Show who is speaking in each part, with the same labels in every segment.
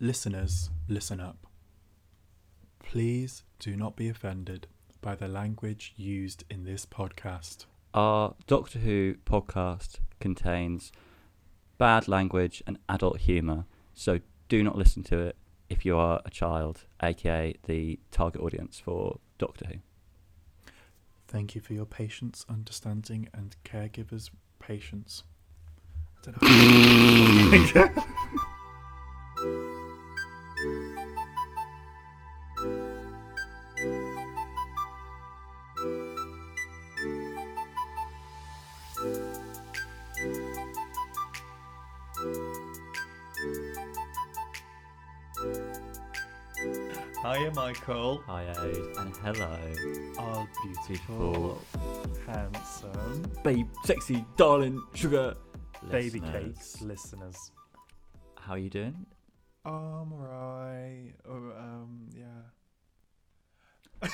Speaker 1: Listeners, listen up. Please do not be offended by the language used in this podcast.
Speaker 2: Our Doctor Who podcast contains bad language and adult humour, so do not listen to it if you are a child, aka the target audience for Doctor Who.
Speaker 1: Thank you for your patience, understanding, and caregivers' patience. I don't know.
Speaker 3: Hiya, Michael.
Speaker 2: Hi, Ode, and hello,
Speaker 1: All
Speaker 2: Oh.
Speaker 1: beautiful, handsome,
Speaker 3: Babe, sexy, darling, sugar, baby
Speaker 2: listeners.
Speaker 3: cakes, listeners.
Speaker 2: How are you doing?
Speaker 1: um, right, or, um, yeah.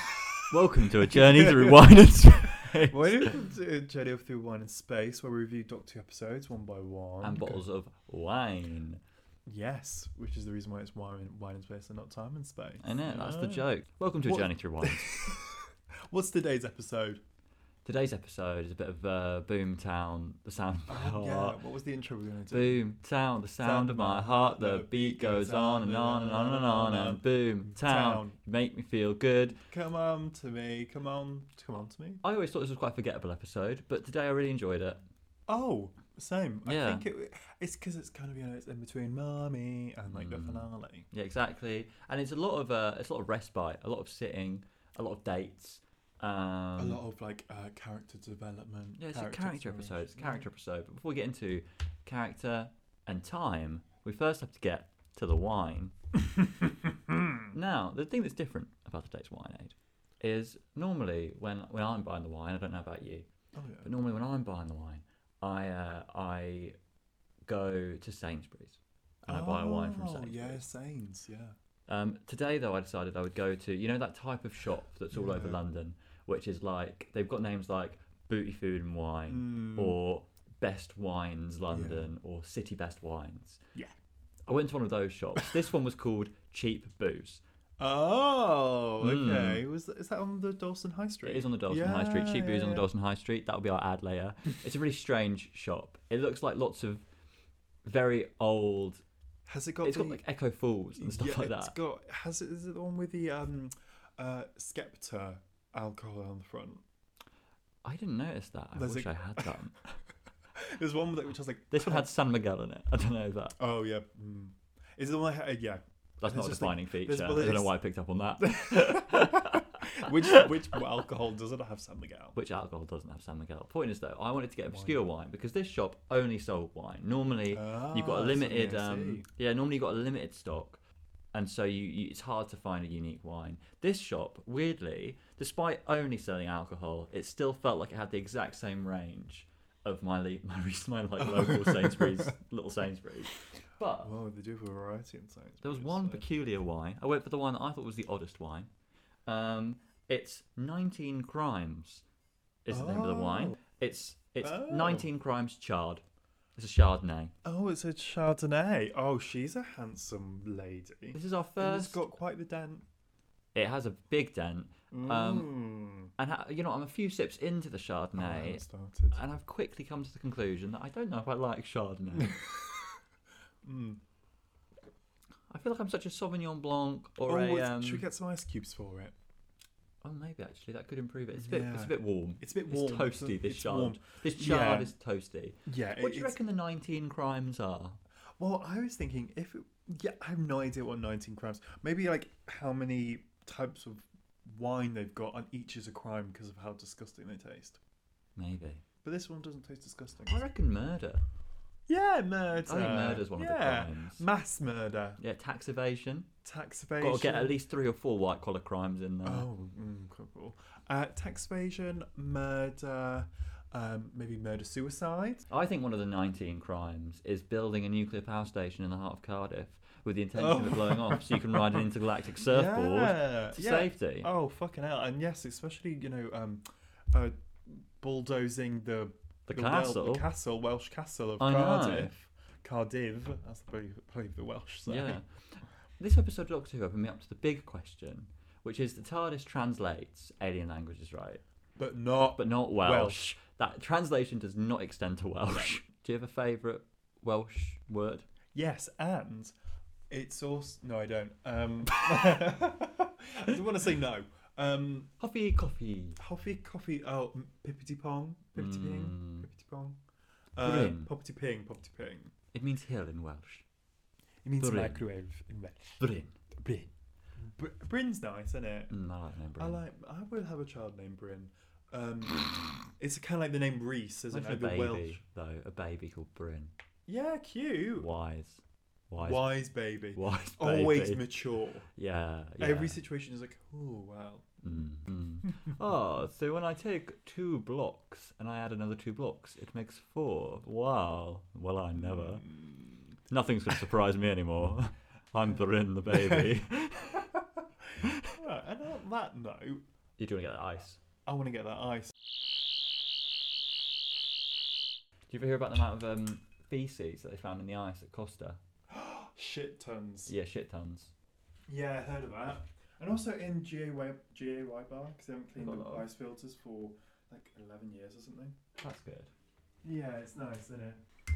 Speaker 2: Welcome to a journey through wine and space
Speaker 1: Welcome to Journey of Through Wine and Space, where we review Doctor Who episodes one by one.
Speaker 2: and bottles of wine.
Speaker 1: Yes, which is the reason why it's wine, wine and space and not time and space.
Speaker 2: I know that's the
Speaker 1: Yeah.
Speaker 2: joke. Welcome to a
Speaker 1: What-
Speaker 2: journey through wine.
Speaker 1: What's today's episode?
Speaker 2: Today's episode is a bit of uh, Boomtown, the sound of my
Speaker 1: Oh,
Speaker 2: heart.
Speaker 1: yeah. What was the intro we were going to do?
Speaker 2: Boom town, the sound of my heart, the beat goes on and on and on and on and boom town, you make me feel good.
Speaker 1: Come on to me. Come on. Come on to me.
Speaker 2: I always thought this was quite a forgettable episode, but today I really enjoyed it.
Speaker 1: Oh, same. I
Speaker 2: Yeah.
Speaker 1: think it, it's because it's kind of you know it's in between mommy and like the
Speaker 2: Mm.
Speaker 1: finale.
Speaker 2: Yeah, exactly. And it's a lot of uh, it's a lot of respite, a lot of sitting, a lot of dates. Um,
Speaker 1: a lot of like uh, character development.
Speaker 2: yeah, it's a character episode. It's a character episode. But before we get into character and time, we first have to get to the wine. Now, the thing that's different about today's wine aid is normally when when I'm buying the wine, I don't know about you,
Speaker 1: Oh, yeah.
Speaker 2: but normally when I'm buying the wine, I uh, I go to Sainsbury's and I buy a wine from
Speaker 1: Oh,
Speaker 2: Sainsbury's.
Speaker 1: Yeah, Sains. Yeah.
Speaker 2: Um, today though, I decided I would go to you know that type of shop that's all over
Speaker 1: Yeah.
Speaker 2: London, which is like they've got names like Booty Food and Wine
Speaker 1: Mm.
Speaker 2: or Best Wines London or City Best Wines.
Speaker 1: Yeah.
Speaker 2: I went to one of those shops. this one was called Cheap Booze.
Speaker 1: Oh,
Speaker 2: Mm.
Speaker 1: okay. Was is that on the Dawson High Street?
Speaker 2: It is on the Dalston High Street.
Speaker 1: Yeah,
Speaker 2: Cheap booze
Speaker 1: yeah,
Speaker 2: on the
Speaker 1: yeah.
Speaker 2: Dalston High Street. That'll be our ad later. it's a really strange shop. It looks like lots of very old.
Speaker 1: Has it got?
Speaker 2: it's got
Speaker 1: the-
Speaker 2: like Echo Falls and stuff
Speaker 1: yeah,
Speaker 2: like
Speaker 1: It's
Speaker 2: that.
Speaker 1: got. Has it? Is it the one with the um, uh, Skepta alcohol on the front?
Speaker 2: I didn't notice that. I
Speaker 1: There's a-
Speaker 2: wish I had that.
Speaker 1: There's one that which has like.
Speaker 2: this one had San Miguel in it. I don't know that.
Speaker 1: Oh yeah. Mm. Is it the one? that had- yeah.
Speaker 2: That's
Speaker 1: There's
Speaker 2: not a
Speaker 1: just, like,
Speaker 2: defining
Speaker 1: there's-
Speaker 2: feature.
Speaker 1: well,
Speaker 2: I don't know
Speaker 1: it's-
Speaker 2: why I picked up on that.
Speaker 1: uh, Which which alcohol doesn't have San Miguel?
Speaker 2: Which alcohol doesn't have San Miguel? Point is though, I wanted to get obscure wine because this shop only sold wine. Normally, you've got
Speaker 1: Ah,
Speaker 2: a limited
Speaker 1: something I
Speaker 2: um,
Speaker 1: see.
Speaker 2: yeah normally you've got a limited stock and so you, you it's hard to find a unique wine this shop weirdly despite only selling alcohol it still felt like it had the exact same range of my le- my, recent- my like local sainsbury's little sainsbury's but
Speaker 1: Well, they do have a variety in science.
Speaker 2: uh, there was one peculiar wine i went for the one that i thought was the oddest wine um, it's 19 crimes is the name of the wine it's it's
Speaker 1: Oh.
Speaker 2: 19 crimes chard it's a chardonnay
Speaker 1: Oh, it's a Chardonnay. Oh, she's a handsome lady.
Speaker 2: this is our
Speaker 1: And It's
Speaker 2: first
Speaker 1: got quite the dent.
Speaker 2: It has a big dent. Um,
Speaker 1: Um,
Speaker 2: and ha- you know, I'm a few sips into the
Speaker 1: Oh,
Speaker 2: Chardonnay,
Speaker 1: started.
Speaker 2: and I've quickly come to the conclusion that I don't know if I like Chardonnay.
Speaker 1: Mm.
Speaker 2: I feel like I'm such a Sauvignon Blanc
Speaker 1: Oh,
Speaker 2: or a.
Speaker 1: it's-
Speaker 2: Um,
Speaker 1: should we get some ice cubes for it?
Speaker 2: oh, maybe actually that could improve it. It's a bit, it's
Speaker 1: Yeah.
Speaker 2: a bit warm.
Speaker 1: It's a bit warm.
Speaker 2: It's toasty.
Speaker 1: so
Speaker 2: This
Speaker 1: it's
Speaker 2: Chard.
Speaker 1: warm.
Speaker 2: This
Speaker 1: Yeah.
Speaker 2: Chard is toasty.
Speaker 1: Yeah. it-
Speaker 2: What do you
Speaker 1: it's-
Speaker 2: reckon the 19 crimes are?
Speaker 1: Well, I was thinking if it, yeah, I have no idea what 19 crimes. Maybe like how many types of wine they've got, and each is a crime because of how disgusting they taste.
Speaker 2: Maybe.
Speaker 1: But this one doesn't taste disgusting.
Speaker 2: I reckon murder.
Speaker 1: Yeah, murder.
Speaker 2: I think murder's one of the
Speaker 1: Yeah.
Speaker 2: crimes.
Speaker 1: Mass murder,
Speaker 2: Yeah, tax evasion.
Speaker 1: tax evasion.
Speaker 2: Got to get at least three or four white collar crimes in there.
Speaker 1: Oh, mm, quite cool. Uh, tax evasion, murder, um, maybe murder suicide.
Speaker 2: I think one of the 19 crimes is building a nuclear power station in the heart of Cardiff with the intention
Speaker 1: Oh.
Speaker 2: of blowing off so you can ride an intergalactic surfboard
Speaker 1: yeah,
Speaker 2: to
Speaker 1: yeah.
Speaker 2: safety.
Speaker 1: Oh, fucking hell. And yes, especially, you know, um, uh, bulldozing the
Speaker 2: the
Speaker 1: Wel-
Speaker 2: castle.
Speaker 1: the castle, Welsh castle of
Speaker 2: I know.
Speaker 1: Cardiff. Cardiff, that's the way- probably the Welsh. Say.
Speaker 2: yeah. this episode of Doctor Who opened me up to the big question, which is the TARDIS translates alien languages, right?
Speaker 1: But not.
Speaker 2: But not Welsh.
Speaker 1: Welsh.
Speaker 2: That translation does not extend to Welsh. Do you have a favourite Welsh word?
Speaker 1: Yes, and it's also no, I don't. Um, I don't want to say no. Um,
Speaker 2: Coffee, coffee.
Speaker 1: Coffee, coffee. Oh, m- pippity pong, pippity ping,
Speaker 2: Mm.
Speaker 1: pippity pong.
Speaker 2: Brilliant.
Speaker 1: Um, poppity ping, poppity ping.
Speaker 2: It means hill in Welsh.
Speaker 1: It means
Speaker 2: Brin.
Speaker 1: microwave in Welsh.
Speaker 2: Bryn.
Speaker 1: Brin. Br- Brin's nice, isn't it?
Speaker 2: Mm, I like the name Bryn.
Speaker 1: I like. I would have a child named Bryn. Um, it's kind of like the name Reese,
Speaker 2: What
Speaker 1: isn't
Speaker 2: if
Speaker 1: it?
Speaker 2: a
Speaker 1: The
Speaker 2: baby,
Speaker 1: Welsh.
Speaker 2: though. A baby called Bryn.
Speaker 1: Yeah, cute.
Speaker 2: Wise. Wise.
Speaker 1: Wise baby.
Speaker 2: Wise baby.
Speaker 1: Always mature.
Speaker 2: yeah, yeah.
Speaker 1: Every situation is like, oh wow.
Speaker 2: Mm, mm. oh, so when I take two blocks and I add another two blocks, it makes four. Wow. Well, I never.
Speaker 1: Mm.
Speaker 2: Nothing's going to surprise me anymore. I'm Bryn the baby.
Speaker 1: Right, and on that note,
Speaker 2: you do want to get that ice.
Speaker 1: I want to get that ice.
Speaker 2: Do you ever hear about the amount of um, feces that they found in the ice at Costa?
Speaker 1: Shit tons.
Speaker 2: Yeah, shit tons.
Speaker 1: Yeah, I heard of that. And also in GA Wy- GA White Bar, because they haven't cleaned
Speaker 2: Got a
Speaker 1: the
Speaker 2: lot of-
Speaker 1: ice filters for like 11 years or something.
Speaker 2: That's good.
Speaker 1: Yeah, it's nice, isn't it?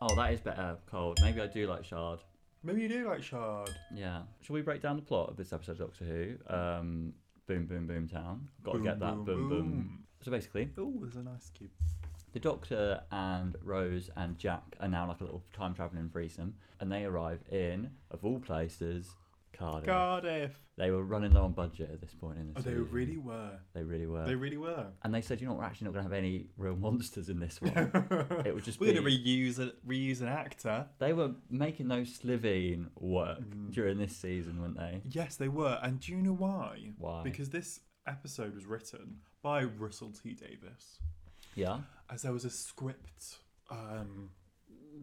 Speaker 2: Oh, that is better cold. Maybe I do like shard.
Speaker 1: Maybe you do like shard.
Speaker 2: Yeah. Shall we break down the plot of this episode of Doctor Who? Um, boom, boom, boom town. Got to get that. Boom, boom. So basically,
Speaker 1: Oh, there's an ice cube.
Speaker 2: the Doctor and Rose and Jack are now like a little time traveling threesome, and they arrive in, of all places, Cardiff.
Speaker 1: Cardiff.
Speaker 2: They were running low on budget at this point in the
Speaker 1: Oh, they
Speaker 2: season.
Speaker 1: really were.
Speaker 2: They really were.
Speaker 1: They really were.
Speaker 2: and they said, you know, what, we're actually not going to have any real monsters in this one.
Speaker 1: it
Speaker 2: it would just
Speaker 1: We're
Speaker 2: be.
Speaker 1: gonna reuse a, reuse an actor.
Speaker 2: they were making those Slivine work
Speaker 1: Mm.
Speaker 2: during this season, weren't they?
Speaker 1: Yes, they were. And do you know why?
Speaker 2: Why?
Speaker 1: Because this episode was written by Russell T Davis.
Speaker 2: yeah.
Speaker 1: as there was a script um,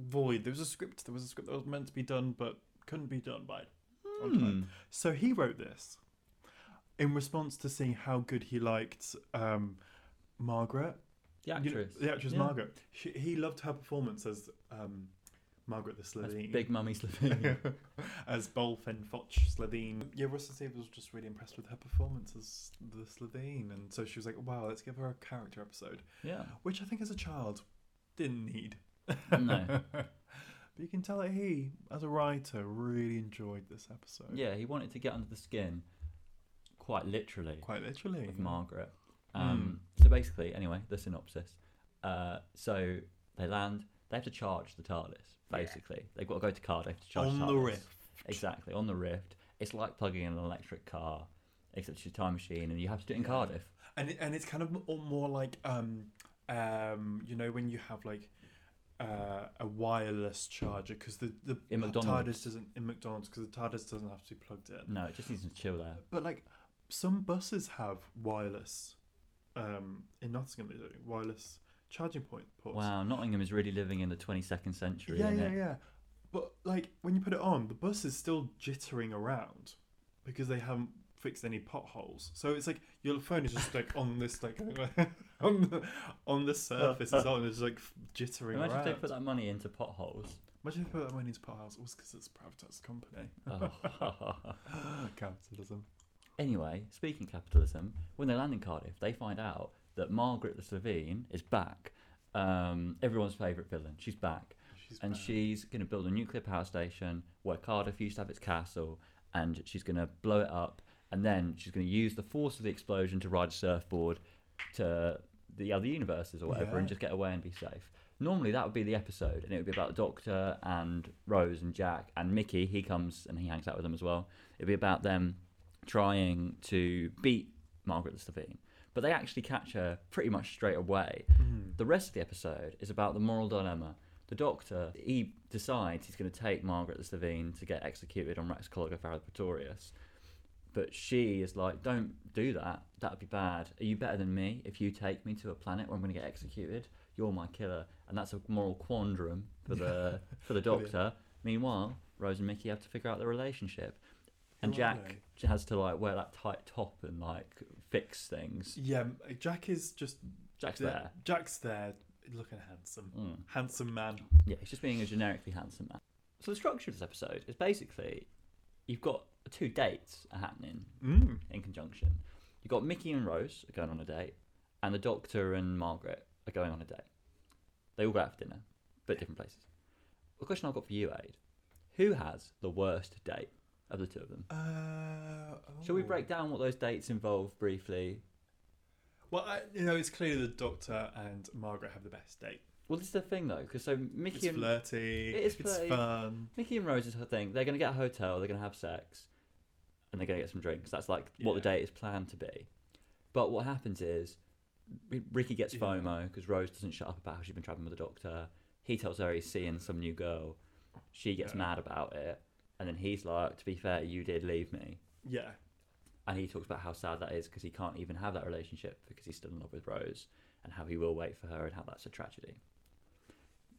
Speaker 1: void. There was a script. There was a script that was meant to be done, but couldn't be done by. on time.
Speaker 2: Hmm.
Speaker 1: So he wrote this in response to seeing how good he liked um, Margaret, You
Speaker 2: The
Speaker 1: know,
Speaker 2: actress.
Speaker 1: the actress
Speaker 2: Yeah.
Speaker 1: Margaret. She, he loved her performance as um, Margaret the
Speaker 2: That's
Speaker 1: Slovene.
Speaker 2: Big Mummy Slivine.
Speaker 1: as Bolfen Foch Slovene. Yeah, Russell Steve was just really impressed with her performance as the Slovene. And so she was like, wow, let's give her a character episode
Speaker 2: yeah.
Speaker 1: which I think as a child didn't need.
Speaker 2: No.
Speaker 1: but you can tell that he, as a writer, really enjoyed this episode.
Speaker 2: Yeah, he wanted to get under the skin, quite literally,
Speaker 1: Quite literally. Hmm.
Speaker 2: of Margaret. Um, So basically, anyway, the synopsis. Uh, so they land. They have to charge the TARDIS. Basically, they've got to go to Cardiff to charge
Speaker 1: On the
Speaker 2: TARDIS.
Speaker 1: rift.
Speaker 2: Exactly on the Rift. It's like plugging in an electric car, except it's your time machine, and you have to do it in Cardiff.
Speaker 1: And it, and it's kind of m- all more like um um you know when you have like uh, a wireless charger because the the
Speaker 2: In McDonald's.
Speaker 1: TARDIS doesn't in McDonald's because the TARDIS doesn't have to be plugged in.
Speaker 2: No, it just needs to chill there.
Speaker 1: But like some buses have wireless. Um, in Nottingham, they do wireless charging point ports.
Speaker 2: Wow, Nottingham is really living in the 22nd century.
Speaker 1: Yeah, yeah,
Speaker 2: isn't it?
Speaker 1: yeah. But like when you put it on, the bus is still jittering around because they haven't fixed any potholes. So it's like your phone is just like on this like on the on the surface it's on, it's like f- jittering
Speaker 2: Imagine if
Speaker 1: around.
Speaker 2: they put that money into potholes.
Speaker 1: Imagine if they put that money into potholes. It was because it's a privatized company.
Speaker 2: Oh.
Speaker 1: Capitalism.
Speaker 2: Anyway, speaking of capitalism, when they land in Cardiff, they find out that Margaret the Slovene is back. Um, everyone's favourite villain. She's back.
Speaker 1: She's
Speaker 2: and
Speaker 1: bad.
Speaker 2: she's going to build a nuclear power station where Cardiff used to have its castle, and she's going to blow it up. And then she's going to use the force of the explosion to ride a surfboard to the other universes or whatever and
Speaker 1: Yeah.
Speaker 2: just get away and be safe. Normally, that would be the episode, and it would be about the Doctor and Rose and Jack and Mickey. He comes and he hangs out with them as well. It'd be about them trying to beat Margaret the Slovene. But they actually catch her pretty much straight away.
Speaker 1: Hmm.
Speaker 2: The rest of the episode is about the moral dilemma. The Doctor, he decides he's going to take Margaret the Slovene to get executed on Rex Colliger Farrell Pretorius. But she is like, don't do that. That would be bad. Are you better than me if you take me to a planet where I'm going to get executed? You're my killer. And that's a moral quandrum for the, for the
Speaker 1: Brilliant.
Speaker 2: Doctor. Meanwhile, Rose and Mickey have to figure out their relationship. And
Speaker 1: Who are
Speaker 2: Jack has to like wear that tight top and like fix things.
Speaker 1: Yeah, Jack is just
Speaker 2: Jack's there.
Speaker 1: Jack's there looking handsome.
Speaker 2: Mm.
Speaker 1: Handsome man.
Speaker 2: Yeah, he's just being a generically handsome man. So the structure of this episode is basically you've got two dates are happening
Speaker 1: Mm.
Speaker 2: in conjunction. You've got Mickey and Rose are going on a date, and the Doctor and Margaret are going on a date. They all go out for dinner, but different places. The question I've got for you, Aid, who has the worst date of the two of them?
Speaker 1: Uh,
Speaker 2: Shall we
Speaker 1: oh.
Speaker 2: break down what those dates involve briefly?
Speaker 1: Well, I, you know, it's clearly the Doctor and Margaret have the best date.
Speaker 2: Well, this is the thing though, because so Mickey
Speaker 1: It's
Speaker 2: and
Speaker 1: flirty.
Speaker 2: It is
Speaker 1: It's
Speaker 2: flirty.
Speaker 1: fun.
Speaker 2: Mickey and Rose's whole thing. They're going to get a hotel. They're going to have sex, and they're going to get some drinks. That's like what the
Speaker 1: Yeah.
Speaker 2: date is planned to be. But what happens is, R- Ricky gets
Speaker 1: Yeah.
Speaker 2: FOMO because Rose doesn't shut up about how she's been traveling with the doctor. He tells her he's seeing some new girl. She gets
Speaker 1: Yeah.
Speaker 2: mad about it, and then he's like, "To be fair, you did leave me."
Speaker 1: Yeah.
Speaker 2: And he talks about how sad that is because he can't even have that relationship because he's still in love with Rose and how he will wait for her and how that's a tragedy.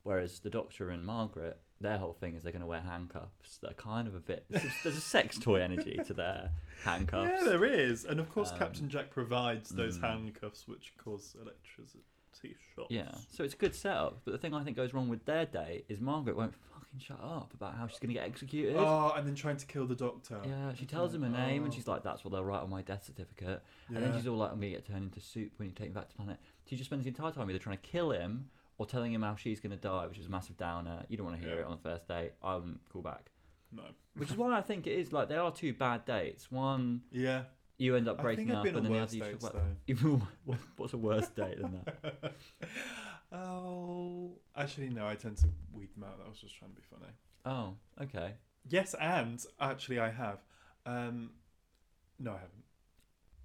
Speaker 2: Whereas the Doctor and Margaret, their whole thing is they're going to wear handcuffs that are kind of a bit. There's a, there's a sex toy energy to their handcuffs.
Speaker 1: Yeah, there is. And of course,
Speaker 2: Um,
Speaker 1: Captain Jack provides those
Speaker 2: mm.
Speaker 1: handcuffs which cause electricity shocks.
Speaker 2: Yeah, so it's a good setup. But the thing I think goes wrong with their date is Margaret won't fucking shut up about how she's going to get executed.
Speaker 1: Oh, and then trying to kill the Doctor.
Speaker 2: Yeah, she tells him her name and
Speaker 1: Oh.
Speaker 2: she's like, that's what they'll write on my death certificate. And
Speaker 1: Yeah.
Speaker 2: then she's all like, I'm going to get turned into soup when you take me back to planet. She just spends the entire time either trying to kill him or telling him how she's going to die, which is a massive downer. You don't want to hear
Speaker 1: Yeah.
Speaker 2: it on the first date. I wouldn't call back.
Speaker 1: No.
Speaker 2: Which is why I think it is like, there are two bad dates. One,
Speaker 1: Yeah.
Speaker 2: you end up
Speaker 1: I
Speaker 2: breaking
Speaker 1: think I've
Speaker 2: up,
Speaker 1: been
Speaker 2: and then
Speaker 1: on
Speaker 2: the
Speaker 1: worse
Speaker 2: other you
Speaker 1: dates,
Speaker 2: talk
Speaker 1: though.
Speaker 2: about. What's a worse date than that?
Speaker 1: oh. Actually, no, I tend to weed them out. I was just trying to be funny.
Speaker 2: Oh, okay.
Speaker 1: Yes, and actually, I have. Um, no, I haven't.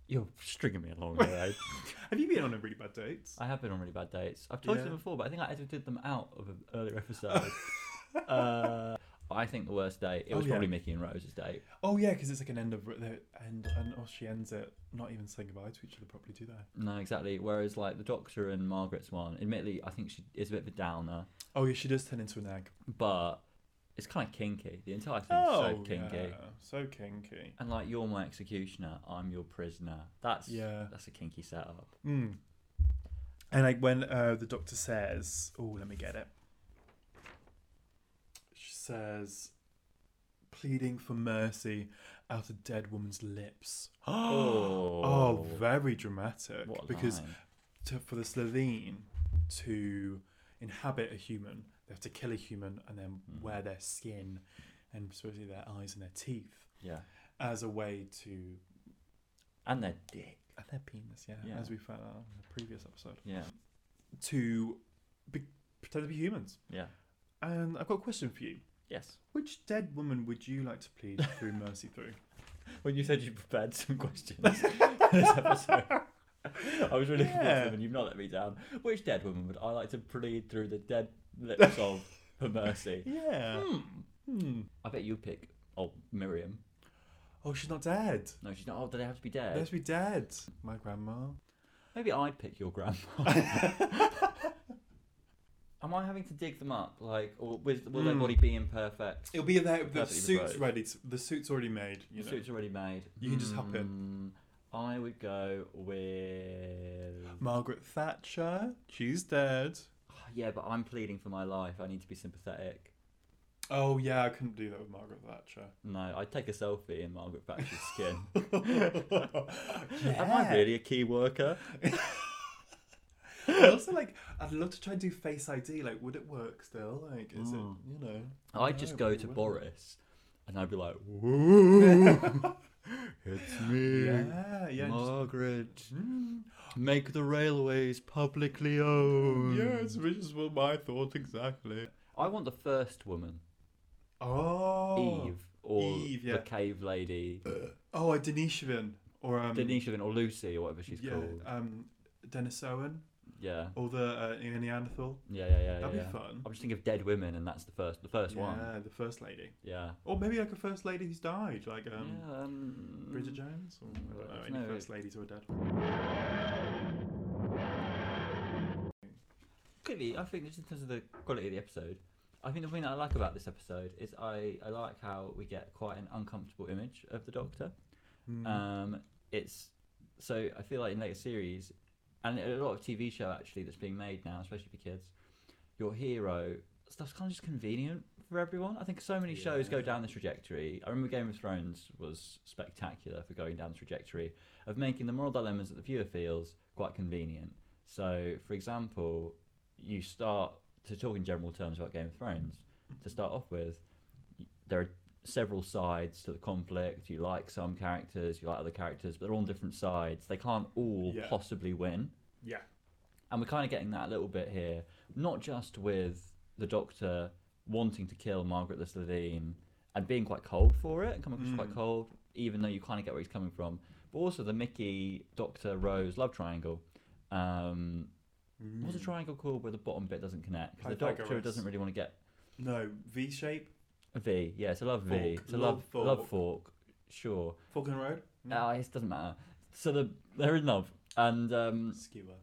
Speaker 2: You're stringing me along here, Abe.
Speaker 1: Have you been on a really bad date?
Speaker 2: I have been on really bad dates. I've told
Speaker 1: Yeah.
Speaker 2: you them before, but I think I edited them out of an earlier episode. uh, I think the worst date. It
Speaker 1: Oh,
Speaker 2: was
Speaker 1: yeah.
Speaker 2: probably Mickey and Rose's date.
Speaker 1: Oh yeah, because it's like an end of the end, and oh, she ends it not even saying goodbye to each other properly, do they?
Speaker 2: No, exactly. Whereas like the Doctor and Margaret's one, admittedly, I think she is a bit of a downer,
Speaker 1: Oh yeah, she does turn into an egg.
Speaker 2: but it's kind of kinky. The entire thing's so kinky.
Speaker 1: Oh, yeah, so kinky.
Speaker 2: And like you're my executioner, I'm your prisoner. That's
Speaker 1: Yeah.
Speaker 2: That's a kinky setup.
Speaker 1: Mm. And like when uh, the doctor says, "Oh, let me get it," she says, pleading for mercy out of dead woman's lips. oh, very dramatic.
Speaker 2: what a
Speaker 1: because
Speaker 2: line.
Speaker 1: to, for the Slovene to inhabit a human, they have to kill a human and then
Speaker 2: Mm.
Speaker 1: wear their skin and supposedly their eyes and their teeth
Speaker 2: yeah,
Speaker 1: as a way to
Speaker 2: and their dick.
Speaker 1: and their penis, yeah,
Speaker 2: Yeah.
Speaker 1: as we found out in the previous episode,
Speaker 2: Yeah,
Speaker 1: to be, pretend to be humans.
Speaker 2: yeah,
Speaker 1: And I've got a question for you.
Speaker 2: yes.
Speaker 1: Which dead woman would you like to plead through mercy through?
Speaker 2: When you said you prepared some questions for this episode, I was really looking forward to
Speaker 1: Yeah.
Speaker 2: them, and you've not let me down. Which dead woman would I like to plead through the dead lips of for mercy?
Speaker 1: Yeah. Hmm.
Speaker 2: I bet you pick oh Miriam.
Speaker 1: Oh, she's not dead.
Speaker 2: No, she's not. Oh, do they have to be
Speaker 1: They
Speaker 2: dead?
Speaker 1: have to be dead. My grandma.
Speaker 2: Maybe I'd pick your grandma. Am I having to dig them up? Like, or was, will their
Speaker 1: Hmm.
Speaker 2: body be imperfect?
Speaker 1: It'll be there. The
Speaker 2: Perfectly
Speaker 1: suit's
Speaker 2: devised.
Speaker 1: ready. To, the suit's already made. You
Speaker 2: The
Speaker 1: know.
Speaker 2: suit's already made.
Speaker 1: You can just hop in.
Speaker 2: Hmm, I would go with.
Speaker 1: Margaret Thatcher. She's dead.
Speaker 2: Yeah, but I'm pleading for my life. I need to be sympathetic.
Speaker 1: Oh yeah, I couldn't do that with Margaret Thatcher.
Speaker 2: No, I'd take a selfie in Margaret Thatcher's skin. Am I
Speaker 1: Yeah.
Speaker 2: really a key worker?
Speaker 1: I also like. I'd love to try and do Face ID. Like, would it work still? Like, is
Speaker 2: Mm.
Speaker 1: it? You know.
Speaker 2: I'd just
Speaker 1: No,
Speaker 2: go
Speaker 1: it
Speaker 2: to
Speaker 1: wouldn't.
Speaker 2: Boris and I'd be like, it's me,
Speaker 1: Yeah, yeah. just-
Speaker 2: Margaret.
Speaker 1: Mm.
Speaker 2: Make the railways publicly owned.
Speaker 1: Yes, which is what my thought exactly.
Speaker 2: I want the first woman,
Speaker 1: Oh.
Speaker 2: Eve, or
Speaker 1: Eve,
Speaker 2: the
Speaker 1: yeah.
Speaker 2: cave lady,
Speaker 1: Oh, a Denishevin or um.
Speaker 2: Denise Denishevin, or Lucy, or whatever she's
Speaker 1: yeah,
Speaker 2: called.
Speaker 1: um, Dennis Owen
Speaker 2: Yeah,
Speaker 1: or the uh, Neanderthal.
Speaker 2: yeah, yeah, yeah.
Speaker 1: That'd
Speaker 2: yeah.
Speaker 1: be fun.
Speaker 2: I'm just thinking of dead women, and that's the first, the first
Speaker 1: yeah,
Speaker 2: one.
Speaker 1: the first lady.
Speaker 2: Yeah.
Speaker 1: Or maybe like a first lady who's died, like um,
Speaker 2: yeah um,
Speaker 1: Bridget Jones? Or, I
Speaker 2: well,
Speaker 1: don't know,
Speaker 2: it's
Speaker 1: any
Speaker 2: no-
Speaker 1: first ladies who are dead.
Speaker 2: Quickly, I think just in terms of the quality of the episode, I think the thing that I like about this episode is I, I like how we get quite an uncomfortable image of the Doctor.
Speaker 1: Mm.
Speaker 2: Um, it's so I feel like in later series, and a lot of TV show actually that's being made now, especially for kids, your hero stuff's kind of just convenient for for everyone. I think so many shows go
Speaker 1: Yeah.
Speaker 2: down this trajectory. I remember Game of Thrones was spectacular for going down the trajectory of making the moral dilemmas that the viewer feels quite convenient. So, for example, you start to talk in general terms about Game of Thrones. To start off with, y- there are several sides to the conflict. You like some characters, you like other characters, but they're all on different sides. They can't all
Speaker 1: Yeah.
Speaker 2: possibly win.
Speaker 1: Yeah.
Speaker 2: And we're kind of getting that a little bit here, not just with the Doctor wanting to kill Margaret the Sladine and being quite cold for it, and coming across
Speaker 1: Mm.
Speaker 2: quite cold, even though you kind of get where he's coming from, but also the Mickey, Doctor, Rose love triangle. Um, What's a
Speaker 1: Mm.
Speaker 2: triangle called where the bottom bit doesn't connect? Because the Doctor
Speaker 1: Pythagoras.
Speaker 2: doesn't really want to get
Speaker 1: No, V shape,
Speaker 2: a V. Yeah, it's a love V.
Speaker 1: Fork.
Speaker 2: It's a love,
Speaker 1: Love
Speaker 2: love
Speaker 1: fork.
Speaker 2: fork. Sure.
Speaker 1: Falcon Road, Mm.
Speaker 2: Ah, it doesn't matter. So the, they're in love, and um,
Speaker 1: skewer.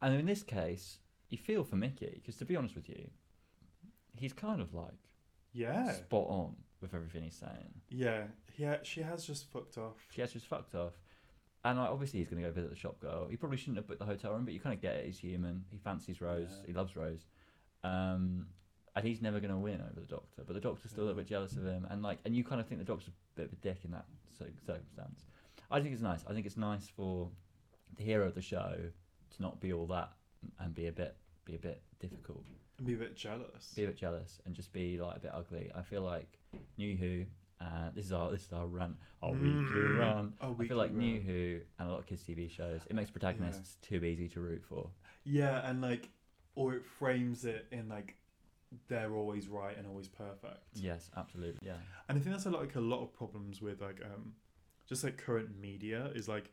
Speaker 2: And in this case, you feel for Mickey because, to be honest with you, he's kind of like
Speaker 1: Yeah.
Speaker 2: spot on with everything he's saying.
Speaker 1: Yeah. Yeah. She has just fucked off.
Speaker 2: She has just fucked off, and like, obviously he's going to go visit the shop girl. He probably shouldn't have booked the hotel room, but you kind of get it. He's human. He fancies Rose.
Speaker 1: Yeah.
Speaker 2: He loves Rose, um, and he's never going to win over the doctor. But the doctor's still a little bit jealous of him, and like, and you kind of think the doctor's a bit of a dick in that cir- circumstance. I think it's nice. I think it's nice for the hero of the show to not be all that and be a bit be a bit difficult.
Speaker 1: And be a bit jealous.
Speaker 2: be a bit jealous and just be like a bit ugly. I feel like New Who. Uh, this is our this is our rant, our weekly
Speaker 1: Mm.
Speaker 2: rant.
Speaker 1: A
Speaker 2: I
Speaker 1: weekly
Speaker 2: feel like New
Speaker 1: rant.
Speaker 2: Who and a lot of kids' TV shows. It makes protagonists too easy to root for.
Speaker 1: Yeah, and like, or it frames it in like, they're always right and always perfect.
Speaker 2: Yes, absolutely. Yeah.
Speaker 1: And I think that's a lot, like a lot of problems with like um, just like current media is like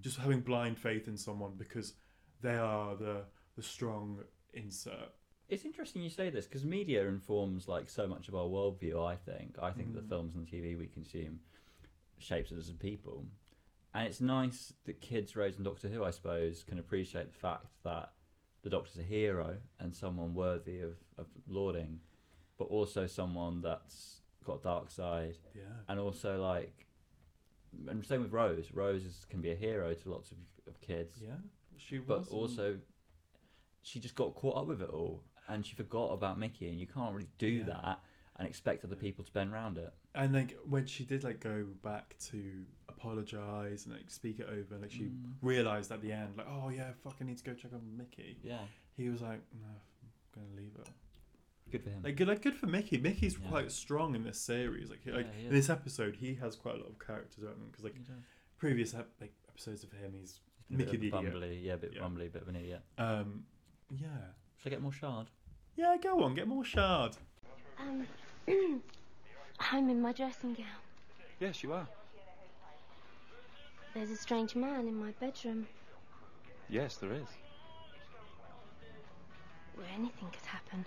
Speaker 1: just having blind faith in someone because they are the the strong insert.
Speaker 2: It's interesting you say this because media informs like so much of our worldview. I think. I think the
Speaker 1: Mm.
Speaker 2: films and TV we consume shapes us as people, and it's nice that kids, Rose, and Doctor Who, I suppose, can appreciate the fact that the Doctor's a hero and someone worthy of, of lauding, but also someone that's got a dark side,
Speaker 1: Yeah.
Speaker 2: and also like, and same with Rose. Rose is, can be a hero to lots of, of kids,
Speaker 1: Yeah. She
Speaker 2: but
Speaker 1: was.
Speaker 2: also she just got caught up with it all and she forgot about Mickey and you can't really do
Speaker 1: Yeah.
Speaker 2: that and expect other people to bend round it.
Speaker 1: and like when she did like go back to apologize and like speak it over, like she
Speaker 2: Mm.
Speaker 1: realized at the end, like, oh yeah, fuck, I need to go check on Mickey.
Speaker 2: Yeah.
Speaker 1: He was like, no, I'm gonna leave it.
Speaker 2: Good for him.
Speaker 1: Like good, like good for Mickey. Mickey's
Speaker 2: Yeah.
Speaker 1: quite strong in this series. Like, he- like
Speaker 2: Yeah, he
Speaker 1: in this episode, he has quite a lot of character development because like
Speaker 2: He's been
Speaker 1: previous ep- like episodes of him, he's
Speaker 2: a bit
Speaker 1: Mickey
Speaker 2: of
Speaker 1: the
Speaker 2: a
Speaker 1: idiot.
Speaker 2: bumbly, yeah, a bit
Speaker 1: Yeah.
Speaker 2: bumbly, bit of an idiot.
Speaker 1: um, yeah,
Speaker 2: Should I get more shard?
Speaker 1: yeah. Go on, get more shard.
Speaker 4: Um, I'm in my dressing gown.
Speaker 3: Yes, you are.
Speaker 4: There's a strange man in my bedroom
Speaker 3: Yes, there is.
Speaker 4: where anything could happen.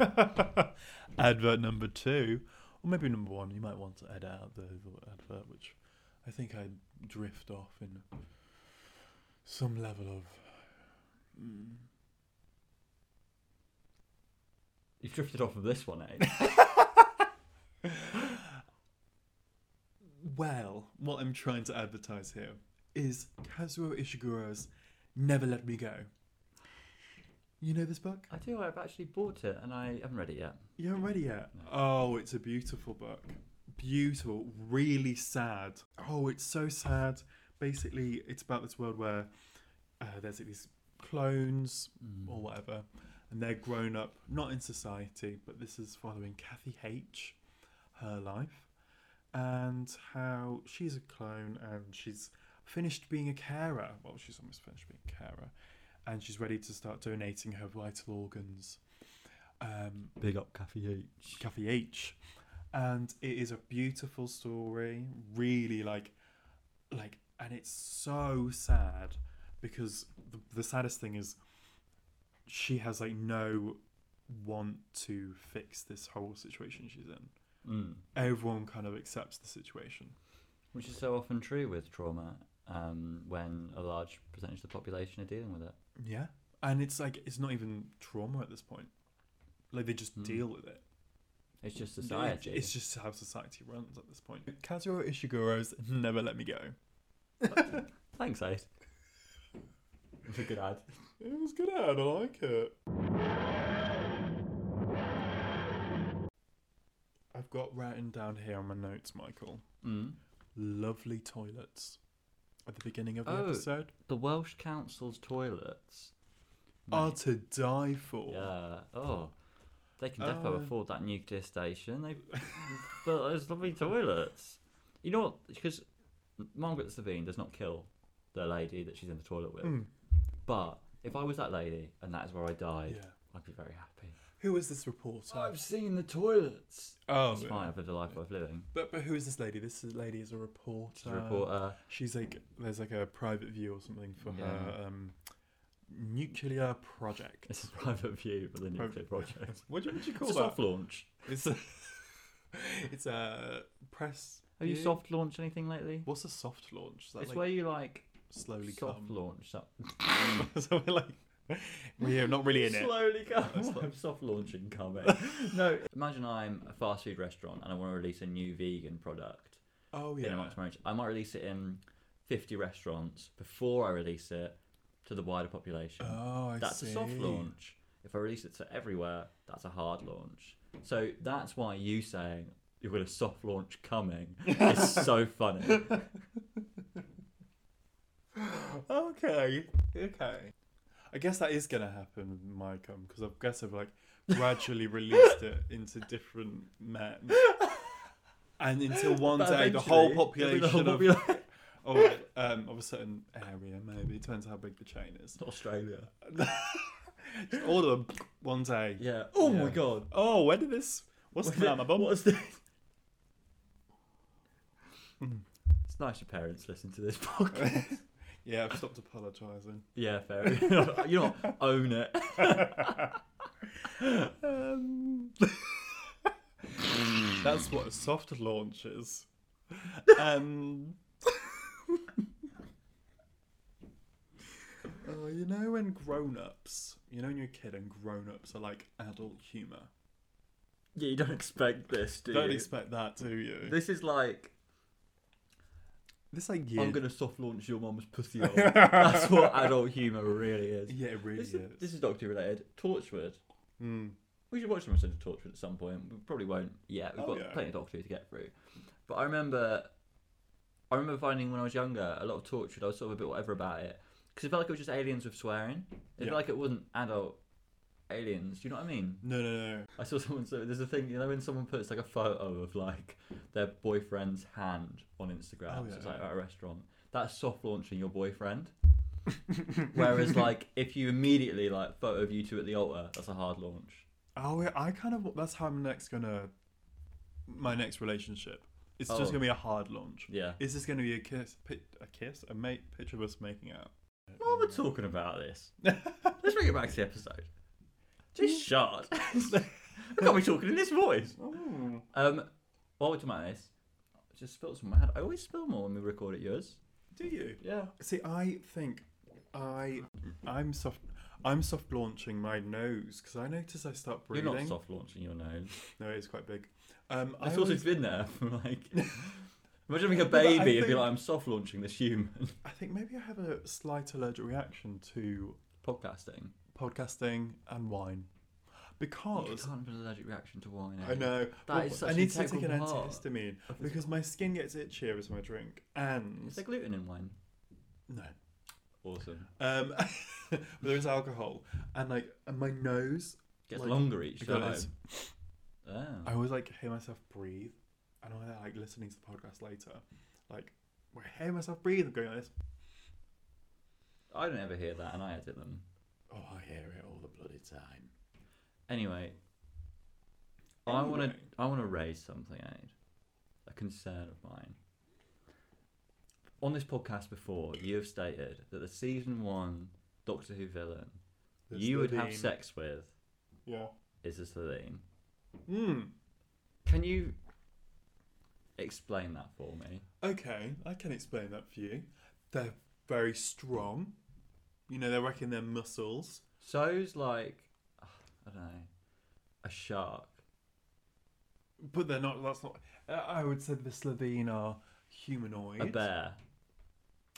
Speaker 1: advert number two, or maybe number one. You might want to edit out the, the advert, which I think I drift off in some level of. Mm.
Speaker 2: You've drifted off of this one, eh?
Speaker 1: Well, what I'm trying to advertise here is Kazuo Ishiguro's Never Let Me Go. You know this book?
Speaker 2: I do, I've actually bought it and I haven't read it yet.
Speaker 1: You haven't read it yet?
Speaker 2: No.
Speaker 1: Oh, it's a beautiful book. Beautiful, really sad. Oh, it's so sad. Basically, it's about this world where uh, there's like these clones or
Speaker 2: Mm.
Speaker 1: whatever, and they're grown up, not in society, but this is following Kathy H, her life, and how she's a clone and she's finished being a carer. Well, she's almost finished being a carer, and she's ready to start donating her vital organs. Um,
Speaker 2: Big up Kathy H.
Speaker 1: Kathy H. And it is a beautiful story, really like, like, and it's so sad because the, the saddest thing is she has like no want to fix this whole situation she's in.
Speaker 2: Mm.
Speaker 1: Everyone kind of accepts the situation.
Speaker 2: Which is so often true with trauma um, when a large percentage of the population are dealing with it.
Speaker 1: Yeah. And it's like, it's not even trauma at this point. Like, they just
Speaker 2: Mm.
Speaker 1: deal with it.
Speaker 2: It's just
Speaker 1: It-
Speaker 2: society.
Speaker 1: It's just how society runs at this point. Kazuo Ishiguro's Never Let Me Go.
Speaker 2: Thanks, Ace. It's a good ad.
Speaker 1: It was good ad, I like it. I've got written down here on my notes, Michael.
Speaker 2: Mm.
Speaker 1: Lovely toilets at the beginning of the
Speaker 2: Oh.
Speaker 1: episode
Speaker 2: The Welsh Council's toilets.
Speaker 1: are
Speaker 2: mate.
Speaker 1: to die for.
Speaker 2: Yeah. Oh. They can definitely
Speaker 1: Uh,
Speaker 2: afford that nuclear station. They built those lovely toilets. You know what? Because Margaret Sabine does not kill the lady that she's in the toilet with.
Speaker 1: Mm,
Speaker 2: But if I was that lady and that is where I died,
Speaker 1: yeah.
Speaker 2: I'd be very happy.
Speaker 1: Who is this reporter?
Speaker 2: seen the toilets.
Speaker 1: oh,
Speaker 2: It's
Speaker 1: yeah.
Speaker 2: Oh, fine. I've lived a life worth living.
Speaker 1: but but who is this lady? This is- lady is a reporter.
Speaker 2: She's a uh, reporter.
Speaker 1: She's like there's like a private view or something for her
Speaker 2: Yeah.
Speaker 1: um, nuclear project.
Speaker 2: It's a private view for the nuclear
Speaker 1: Private-
Speaker 2: project.
Speaker 1: What do you, what do you call
Speaker 2: It's a
Speaker 1: that?
Speaker 2: soft launch.
Speaker 1: It's a, it's a press.
Speaker 2: Have you
Speaker 1: view?
Speaker 2: soft launched anything lately?
Speaker 1: What's a soft launch? Is that
Speaker 2: It's
Speaker 1: like
Speaker 2: where you like
Speaker 1: slowly
Speaker 2: soft
Speaker 1: come?
Speaker 2: launch. so-
Speaker 1: so we're like, we're not really in it.
Speaker 2: Slowly come.
Speaker 1: That's fine.
Speaker 2: I'm soft launching coming. no, imagine I'm a fast food restaurant and I want to release a new vegan product
Speaker 1: Oh
Speaker 2: in
Speaker 1: yeah.
Speaker 2: amongst my range. I might release it in 50 restaurants before I release it to the wider population.
Speaker 1: Oh, I
Speaker 2: that's
Speaker 1: see.
Speaker 2: a soft launch. If I release it to everywhere, that's a hard launch. So that's why you saying you've got a soft launch coming is so funny.
Speaker 1: Okay. Okay. I guess that is gonna happen with my cum because I guess I've like gradually released it into different men, and until one
Speaker 2: But
Speaker 1: day the whole
Speaker 2: eventually,
Speaker 1: population
Speaker 2: the whole
Speaker 1: of,
Speaker 2: popula-
Speaker 1: of, um, of a certain area, maybe it depends how big the chain is.
Speaker 2: Australia.
Speaker 1: Just all of them one day.
Speaker 2: Yeah. Oh my
Speaker 1: Yeah.
Speaker 2: god.
Speaker 1: Oh, where did this? What's
Speaker 2: What's
Speaker 1: coming out of my bum?
Speaker 2: What's this?
Speaker 1: Hmm.
Speaker 2: It's nice your parents listen to this podcast.
Speaker 1: yeah, I've stopped apologising.
Speaker 2: yeah, fair enough. You don't own it.
Speaker 1: Um, That's what a soft launch is. Um, oh, you know when grown-ups, you know when you're a kid and grown-ups are like adult humour.
Speaker 2: Yeah, you don't expect this, do
Speaker 1: Don't
Speaker 2: you?
Speaker 1: expect that, do you?
Speaker 2: this is like
Speaker 1: This like year.
Speaker 2: I'm gonna soft launch your mum's pussy hole. That's what adult humour really is.
Speaker 1: Yeah, it really
Speaker 2: This
Speaker 1: is.
Speaker 2: is, this is Doctor related. Torchwood.
Speaker 1: Mm.
Speaker 2: We should watch some episode of Torchwood at some point. We probably won't. Yeah, we've
Speaker 1: Oh,
Speaker 2: got
Speaker 1: yeah.
Speaker 2: plenty of Doctor Who to get through. But I remember, I remember finding when I was younger a lot of Torchwood. I was sort of a bit whatever about it because it felt like it was just aliens with swearing. It
Speaker 1: Yeah.
Speaker 2: felt like it wasn't adult aliens. Do you know what I mean?
Speaker 1: No, no, no.
Speaker 2: I saw someone. So there's a thing. You know when someone puts like a photo of like their boyfriend's hand on Instagram.
Speaker 1: Oh,
Speaker 2: so it's
Speaker 1: yeah.
Speaker 2: like at a restaurant. That's soft launching your boyfriend. Whereas like if you immediately like photo of you two at the altar, that's a hard launch.
Speaker 1: Oh, yeah, I kind of. That's how I'm next gonna. My next relationship. It's
Speaker 2: Oh.
Speaker 1: just gonna be a hard launch.
Speaker 2: Yeah.
Speaker 1: Is this gonna be a kiss? Pi- a kiss? A mate? Picture of us making out?
Speaker 2: While we're talking about this, let's bring it back to the episode. Just shut. I can't be talking in this voice.
Speaker 1: Oh.
Speaker 2: Um, while we're talking about this, I just spilled some on my hand. I always spill more when we record at yours.
Speaker 1: Do you?
Speaker 2: Yeah.
Speaker 1: See, I think I I'm soft. I'm soft launching my nose because I notice I start breathing.
Speaker 2: You're not soft launching your nose.
Speaker 1: No, it's quite big. Um, I
Speaker 2: It's also
Speaker 1: always,
Speaker 2: been there for like. Imagine having a
Speaker 1: but I
Speaker 2: baby and be
Speaker 1: think-
Speaker 2: like, I'm soft launching this human.
Speaker 1: I think maybe I have a slight allergic reaction to
Speaker 2: Podcasting.
Speaker 1: podcasting and wine
Speaker 2: You
Speaker 1: because
Speaker 2: can't have an allergic reaction to wine. eh?
Speaker 1: Oh, I know.
Speaker 2: That
Speaker 1: Well,
Speaker 2: is such
Speaker 1: I
Speaker 2: an
Speaker 1: need to take an
Speaker 2: integral part
Speaker 1: antihistamine
Speaker 2: of the-
Speaker 1: because my skin gets itchier as I drink. And
Speaker 2: Is there gluten in wine?
Speaker 1: no,
Speaker 2: Awesome.
Speaker 1: um, there is alcohol, and like and my nose.
Speaker 2: Gets
Speaker 1: Like,
Speaker 2: longer each
Speaker 1: I got
Speaker 2: time.
Speaker 1: this-
Speaker 2: Oh.
Speaker 1: I always like hear myself breathe, and when I'm like listening to the podcast later, like when I hear myself breathe. I'm going like this.
Speaker 2: I don't ever hear that, and I edit them.
Speaker 1: Oh, I hear it all the bloody time.
Speaker 2: Anyway, I want to
Speaker 1: Anyway.
Speaker 2: I want to raise something, Aid, a concern of mine. On this podcast before, you have stated that the season one Doctor Who villain
Speaker 1: There's
Speaker 2: you
Speaker 1: the
Speaker 2: would have
Speaker 1: lean.
Speaker 2: sex with
Speaker 1: Yeah.
Speaker 2: is a Celine.
Speaker 1: Mm.
Speaker 2: Can you explain that for me?
Speaker 1: Okay, I can explain that for you. They're very strong. You know, they're wrecking their muscles.
Speaker 2: So's like I don't know a shark.
Speaker 1: But they're not. That's not. uh, I would say the Slovene are humanoid.
Speaker 2: A bear.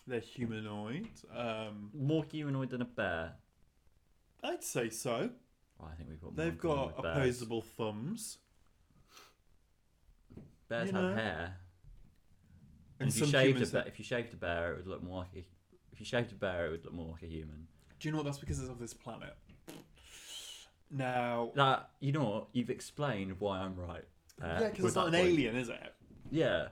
Speaker 1: They're humanoid. Um,
Speaker 2: More humanoid than a bear.
Speaker 1: I'd say so. Oh
Speaker 2: Well, I think we've got more
Speaker 1: They've
Speaker 2: in common
Speaker 1: got
Speaker 2: with bears.
Speaker 1: opposable thumbs.
Speaker 2: Bears
Speaker 1: You
Speaker 2: have
Speaker 1: know.
Speaker 2: hair.
Speaker 1: And
Speaker 2: if you
Speaker 1: some
Speaker 2: shaved a
Speaker 1: humans.
Speaker 2: bear, if you shaved a bear, it would look more like a, if you shaved a bear, it would look more like a human.
Speaker 1: Do you know what? That's because it's of this planet. Now,
Speaker 2: That you know, what? you've explained why I'm right. there
Speaker 1: yeah, because
Speaker 2: with
Speaker 1: it's not
Speaker 2: that
Speaker 1: an
Speaker 2: point.
Speaker 1: alien, is it?
Speaker 2: Yeah,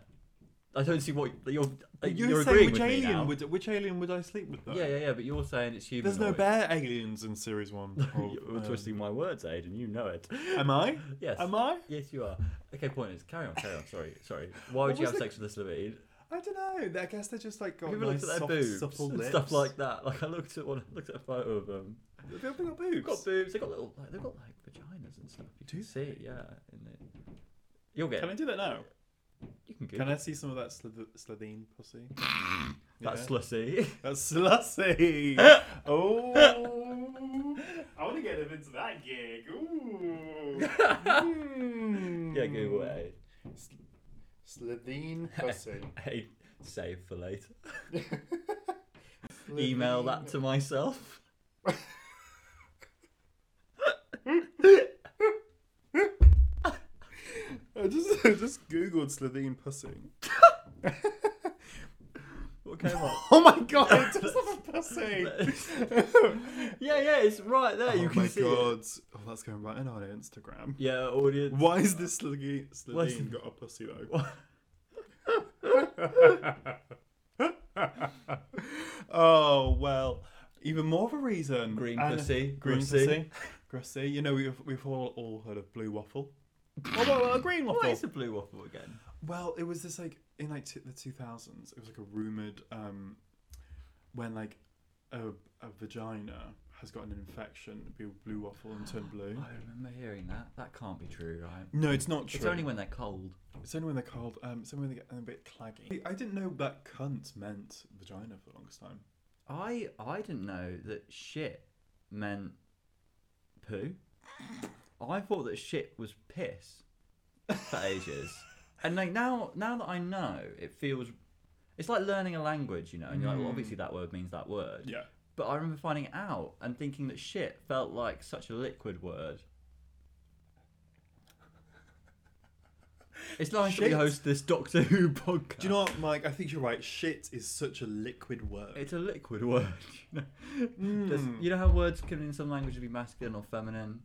Speaker 2: I don't see what you're.
Speaker 1: you
Speaker 2: Uh, You're,
Speaker 1: were saying
Speaker 2: agreeing
Speaker 1: which
Speaker 2: with me
Speaker 1: alien
Speaker 2: now.
Speaker 1: would which alien would I sleep with? Though?
Speaker 2: Yeah, yeah, yeah. But you're saying it's human.
Speaker 1: There's no bear aliens in series one. of,
Speaker 2: You're
Speaker 1: um,
Speaker 2: twisting my words, Aidan. You know it.
Speaker 1: Am I?
Speaker 2: Yes.
Speaker 1: Am I?
Speaker 2: Yes, you are. Okay, point is, carry on, carry on. Sorry, sorry. Why would
Speaker 1: What
Speaker 2: you
Speaker 1: was
Speaker 2: have
Speaker 1: the-
Speaker 2: sex with a Slovene?
Speaker 1: I don't know. I guess they're just like got
Speaker 2: People
Speaker 1: nice,
Speaker 2: looked
Speaker 1: soft,
Speaker 2: at their boobs
Speaker 1: supple
Speaker 2: and
Speaker 1: lips.
Speaker 2: stuff like that. Like I looked at one, looked at a photo of them.
Speaker 1: They've got boobs.
Speaker 2: They've got boobs. They've got little, like, they've got like vaginas and stuff. You
Speaker 1: Do
Speaker 2: can see, yeah. In the... You'll get.
Speaker 1: Can I do that now?
Speaker 2: You can Google.
Speaker 1: Can I see some of that slith- Slovene pussy?
Speaker 2: That's
Speaker 1: Yeah.
Speaker 2: slussy.
Speaker 1: That's slushy. oh, I want to get him into that gig. Ooh. Mm.
Speaker 2: yeah, Google it.
Speaker 1: Slovene pussy.
Speaker 2: Hey, save for later. Email that to myself.
Speaker 1: I just I just googled Slovene pussy.
Speaker 2: What came up?
Speaker 1: Oh my god, it does have a pussy.
Speaker 2: yeah, yeah, it's right there. you
Speaker 1: oh
Speaker 2: can
Speaker 1: my
Speaker 2: see it.
Speaker 1: god. Oh, that's going right in on Instagram.
Speaker 2: Yeah, audience.
Speaker 1: Why is this Slovene,
Speaker 2: What's-
Speaker 1: Slovene got a pussy though?
Speaker 2: What?
Speaker 1: oh well, even more of a reason.
Speaker 2: Green
Speaker 1: And-
Speaker 2: pussy,
Speaker 1: green pussy,
Speaker 2: grussy.
Speaker 1: grussy. You know we've we've all, all heard of blue waffle. Oh well, well, green
Speaker 2: What
Speaker 1: waffle.
Speaker 2: is a blue waffle again?
Speaker 1: Well, it was this like in like t- the two thousands. It was like a rumored um, when like a a vagina has got an infection, it'd be a blue waffle and turn blue.
Speaker 2: I remember hearing that. That can't be true, right?
Speaker 1: No, it's not true.
Speaker 2: It's only when they're cold.
Speaker 1: It's only when they're cold. Um, it's only when they get a bit claggy. I didn't know that cunt meant vagina for the longest time.
Speaker 2: I I didn't know that shit meant poo. I thought that shit was piss for ages, and like now now that I know, it feels it's like learning a language, you know. And you're like,
Speaker 1: Mm.
Speaker 2: well, obviously that word means that word.
Speaker 1: Yeah.
Speaker 2: But I remember finding it out and thinking that shit felt like such a liquid word. It's nice that we
Speaker 1: Shit.
Speaker 2: host this Doctor Who podcast.
Speaker 1: Do you know what, Mike? I think you're right. Shit is such a liquid word.
Speaker 2: It's a liquid word. You know, There's-
Speaker 1: Hmm.
Speaker 2: you know how words can, in some languages, be masculine or feminine.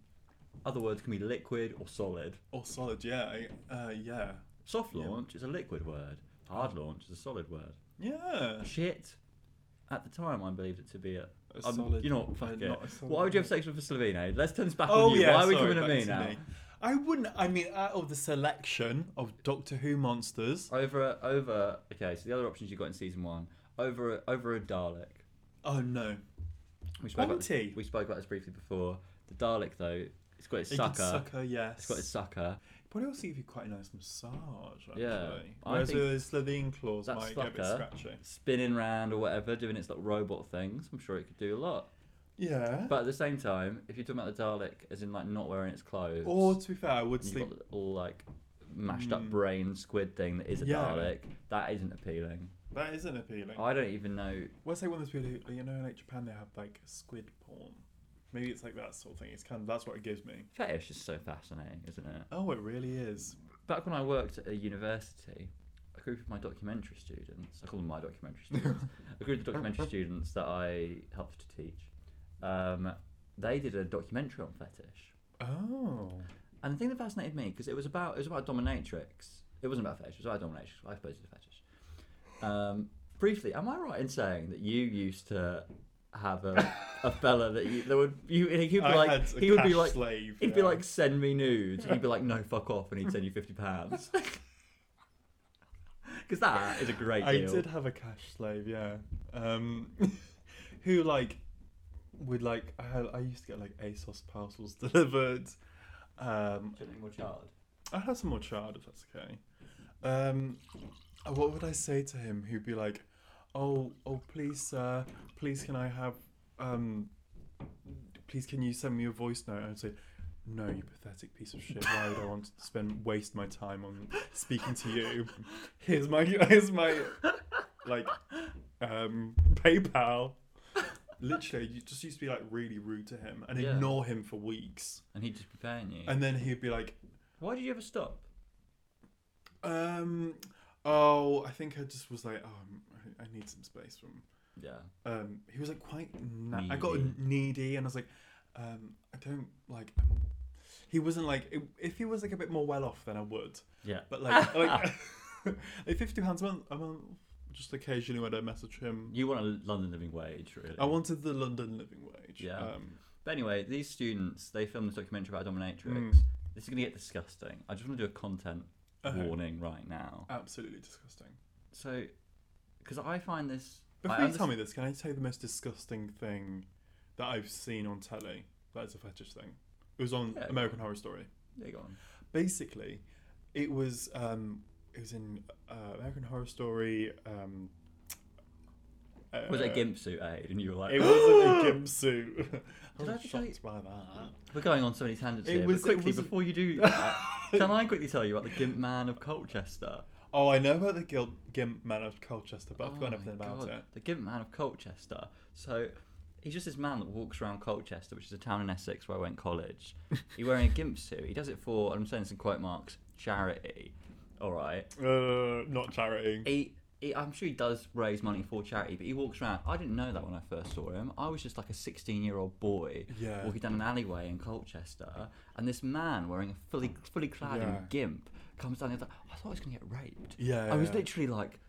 Speaker 2: Other words can be liquid or solid.
Speaker 1: or solid, yeah. I- Uh, yeah.
Speaker 2: Soft launch is a liquid word. Hard launch is a solid word.
Speaker 1: Yeah.
Speaker 2: Shit. At the time, I believed it to be a.
Speaker 1: A
Speaker 2: um,
Speaker 1: solid
Speaker 2: you know, what,
Speaker 1: word,
Speaker 2: fuck
Speaker 1: not
Speaker 2: it.
Speaker 1: a solid
Speaker 2: Why would you have sex with a Slovene? eh? Let's turn this back on you. Why are we
Speaker 1: Oh, sorry,
Speaker 2: coming at
Speaker 1: back
Speaker 2: me
Speaker 1: to
Speaker 2: now?
Speaker 1: I wouldn't. I mean, out of the selection of Doctor Who monsters,
Speaker 2: Over, over. Okay, so the other options you got in season one, over, over a Dalek.
Speaker 1: oh no,
Speaker 2: We spoke, about this,
Speaker 1: Auntie.
Speaker 2: we spoke about this briefly before. The Dalek, though, it's got its
Speaker 1: It could
Speaker 2: sucker.
Speaker 1: sucker, yes.
Speaker 2: It's got its sucker.
Speaker 1: Probably also give you quite a nice massage. Actually.
Speaker 2: Yeah, I
Speaker 1: Whereas
Speaker 2: think
Speaker 1: the Slovene claws
Speaker 2: that
Speaker 1: might get a bit
Speaker 2: sucker-
Speaker 1: scratchy.
Speaker 2: spinning round or whatever, doing its little robot things. I'm sure it could do a lot.
Speaker 1: Yeah.
Speaker 2: But at the same time, if you're talking about the Dalek, as in like not wearing its clothes,
Speaker 1: or to be fair, I would
Speaker 2: and you've
Speaker 1: sleep.
Speaker 2: got the little like mashed up brain squid thing that is a
Speaker 1: Yeah.
Speaker 2: Dalek, that isn't appealing.
Speaker 1: That isn't appealing.
Speaker 2: I don't even know.
Speaker 1: What's they one that's really you know in like Japan they have like squid porn. Maybe it's like that sort of thing. It's kind of that's what it gives me.
Speaker 2: Fetish is so fascinating, isn't it?
Speaker 1: Oh, it really is.
Speaker 2: Back when I worked at a university, a group of my documentary students, I call them my documentary students, a group of documentary students that I helped to teach, um, they did a documentary on fetish.
Speaker 1: Oh.
Speaker 2: And the thing that fascinated me because it was about it was about dominatrix. It wasn't about fetish. It was about dominatrix. I suppose it's a fetish. Um, briefly, am I right in saying that you used to have a, a fella that you that would you he'd be
Speaker 1: I
Speaker 2: like
Speaker 1: had a
Speaker 2: he would be
Speaker 1: cash
Speaker 2: like
Speaker 1: slave,
Speaker 2: he'd be
Speaker 1: yeah.
Speaker 2: like send me nudes and he'd be like no fuck off and he'd send you fifty pounds. Because that is a great
Speaker 1: I
Speaker 2: deal.
Speaker 1: did have a cash slave, yeah. Um, who like would like I had I used to get like ASOS parcels delivered. Um,
Speaker 2: Something more charred.
Speaker 1: I have some more chard if that's okay. Um, uh, what would I say to him? He'd be like, "Oh, oh, please, sir, please, can I have, um, please, can you send me a voice note?" I'd say, "No, you pathetic piece of shit. Why would I want to spend waste my time on speaking to you? Here's my, here's my, like, um, PayPal." Literally, you just used to be like really rude to him and
Speaker 2: Yeah.
Speaker 1: ignore him for weeks,
Speaker 2: And he'd just be paying you.
Speaker 1: and then he'd be like,
Speaker 2: Why did you ever stop?
Speaker 1: Um. Oh, I think I just was like, oh, I, I need some space from.
Speaker 2: Yeah.
Speaker 1: Um. He was like quite. Na- I got
Speaker 2: Needy.
Speaker 1: needy, and I was like, um. I don't like. i he wasn't like. If he was like a bit more well off, then I would.
Speaker 2: Yeah.
Speaker 1: But like, like, like fifty pounds a month. A month. Just occasionally when I message him,
Speaker 2: You want a London living wage, really.
Speaker 1: I wanted the London living wage.
Speaker 2: Yeah.
Speaker 1: Um,
Speaker 2: But anyway, these students, they filmed this documentary about a dominatrix.
Speaker 1: Mm.
Speaker 2: This is going to get disgusting. I just want to do a content
Speaker 1: Okay.
Speaker 2: warning right now.
Speaker 1: mm, uh, absolutely disgusting.
Speaker 2: So, because I find this.
Speaker 1: Before
Speaker 2: I
Speaker 1: you tell me this, can I tell you the most disgusting thing that I've seen on telly that is a fetish thing? It was on
Speaker 2: Yeah.
Speaker 1: American Horror Story.
Speaker 2: Yeah, go on.
Speaker 1: Basically, it was um, it was in uh, American Horror Story. Um, uh,
Speaker 2: was it a gimp suit aid? And you were like,
Speaker 1: It wasn't a gimp suit. I
Speaker 2: Did I
Speaker 1: was
Speaker 2: tell you-
Speaker 1: shocked by that.
Speaker 2: we're going on so many tangents
Speaker 1: It
Speaker 2: here. but
Speaker 1: was- it
Speaker 2: quickly,
Speaker 1: wasn't-
Speaker 2: before you do that, can I quickly tell you about the gimp man of Colchester?
Speaker 1: Oh, I know about the Gil- Gimp Man of Colchester, but I've
Speaker 2: Oh
Speaker 1: forgotten everything
Speaker 2: my
Speaker 1: about
Speaker 2: God,
Speaker 1: it.
Speaker 2: The Gimp Man of Colchester. So he's just this man that walks around Colchester, which is a town in Essex where I went college. He's wearing a gimp suit. He does it for, and I'm saying this in quote marks, charity. All right.
Speaker 1: Uh, not charity.
Speaker 2: He, he, I'm sure he does raise money for charity, but he walks around. I didn't know that when I first saw him. I was just like a 16 year old boy
Speaker 1: Yeah.
Speaker 2: walking down an alleyway in Colchester, and this man wearing a fully fully clad
Speaker 1: Yeah.
Speaker 2: in gimp comes down. And he's like, I thought I was gonna get raped.
Speaker 1: Yeah.
Speaker 2: I was literally like.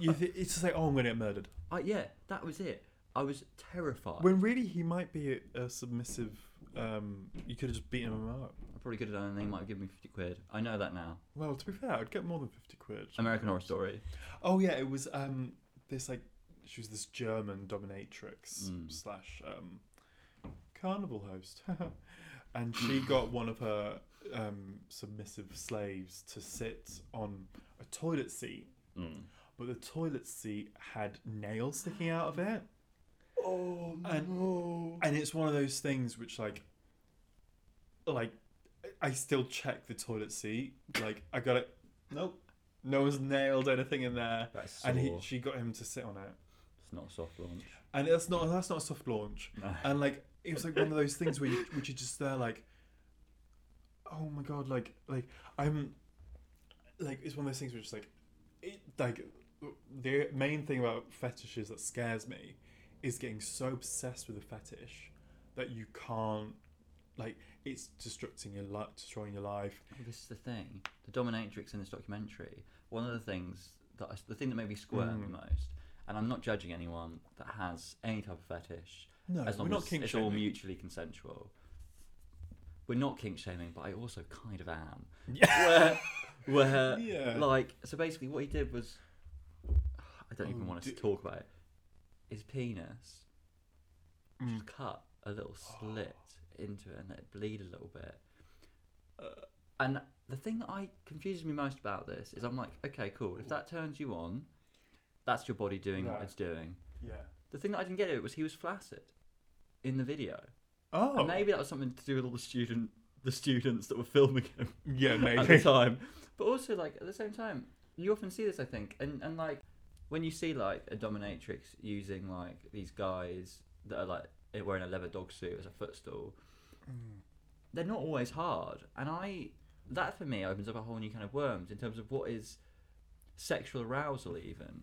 Speaker 1: You th- it's just like, oh, I'm going to get murdered.
Speaker 2: I, yeah, that was it. I was terrified.
Speaker 1: When really he might be a, a submissive. Um, you could have just beaten him up.
Speaker 2: I probably could have done anything. Might have given me fifty quid. I know that now.
Speaker 1: Well, to be fair, I'd get more than fifty quid.
Speaker 2: American Horror Story.
Speaker 1: oh yeah, it was um this like she was this German dominatrix slash um carnival host, and she got one of her um submissive slaves to sit on a toilet seat, but the toilet seat had nails sticking out of it. Oh and, no! And it's one of those things which like like I still check the toilet seat. Like I got it. Nope. No one's nailed anything in there.
Speaker 2: That's
Speaker 1: and he,
Speaker 2: sore.
Speaker 1: she got him to sit on it.
Speaker 2: It's not a soft launch.
Speaker 1: And that's not that's not a soft launch. And like it was like one of those things where you which you just there like Oh my god, like like I'm like it's one of those things where it's like it, like the main thing about fetishes that scares me is getting so obsessed with a fetish that you can't like it's destructing your life destroying your life
Speaker 2: Well, This is the thing. The dominatrix in this documentary. One of the things that I, the thing that made me
Speaker 1: Mm.
Speaker 2: squirm the most. And I'm not judging anyone that has any type of fetish.
Speaker 1: No,
Speaker 2: as long
Speaker 1: we're not
Speaker 2: as
Speaker 1: kink
Speaker 2: it's all
Speaker 1: shaming.
Speaker 2: mutually consensual. We're not kink shaming, but I also kind of am.
Speaker 1: yeah
Speaker 2: Where,
Speaker 1: Yeah. Mm.
Speaker 2: like, so basically, what he did was, I don't even
Speaker 1: Oh,
Speaker 2: want us
Speaker 1: do-
Speaker 2: to talk about it. His penis just cut a little slit into it and let it bleed a little bit. Uh, and the thing that I confuses me most about this is, I'm like, okay, cool. If that turns you on, that's your body doing what
Speaker 1: Yeah.
Speaker 2: it's doing.
Speaker 1: yeah
Speaker 2: The thing that I didn't get it was he was flaccid in the video.
Speaker 1: oh
Speaker 2: And maybe that was something to do with all the student, the students that were filming him
Speaker 1: yeah
Speaker 2: at the
Speaker 1: maybe
Speaker 2: time. But also, like at the same time, you often see this, I think, and and like when you see like a dominatrix using like these guys that are like wearing a leather dog suit as a footstool,
Speaker 1: Mm.
Speaker 2: they're not always hard, and I that for me opens up a whole new kind of worms in terms of what is sexual arousal even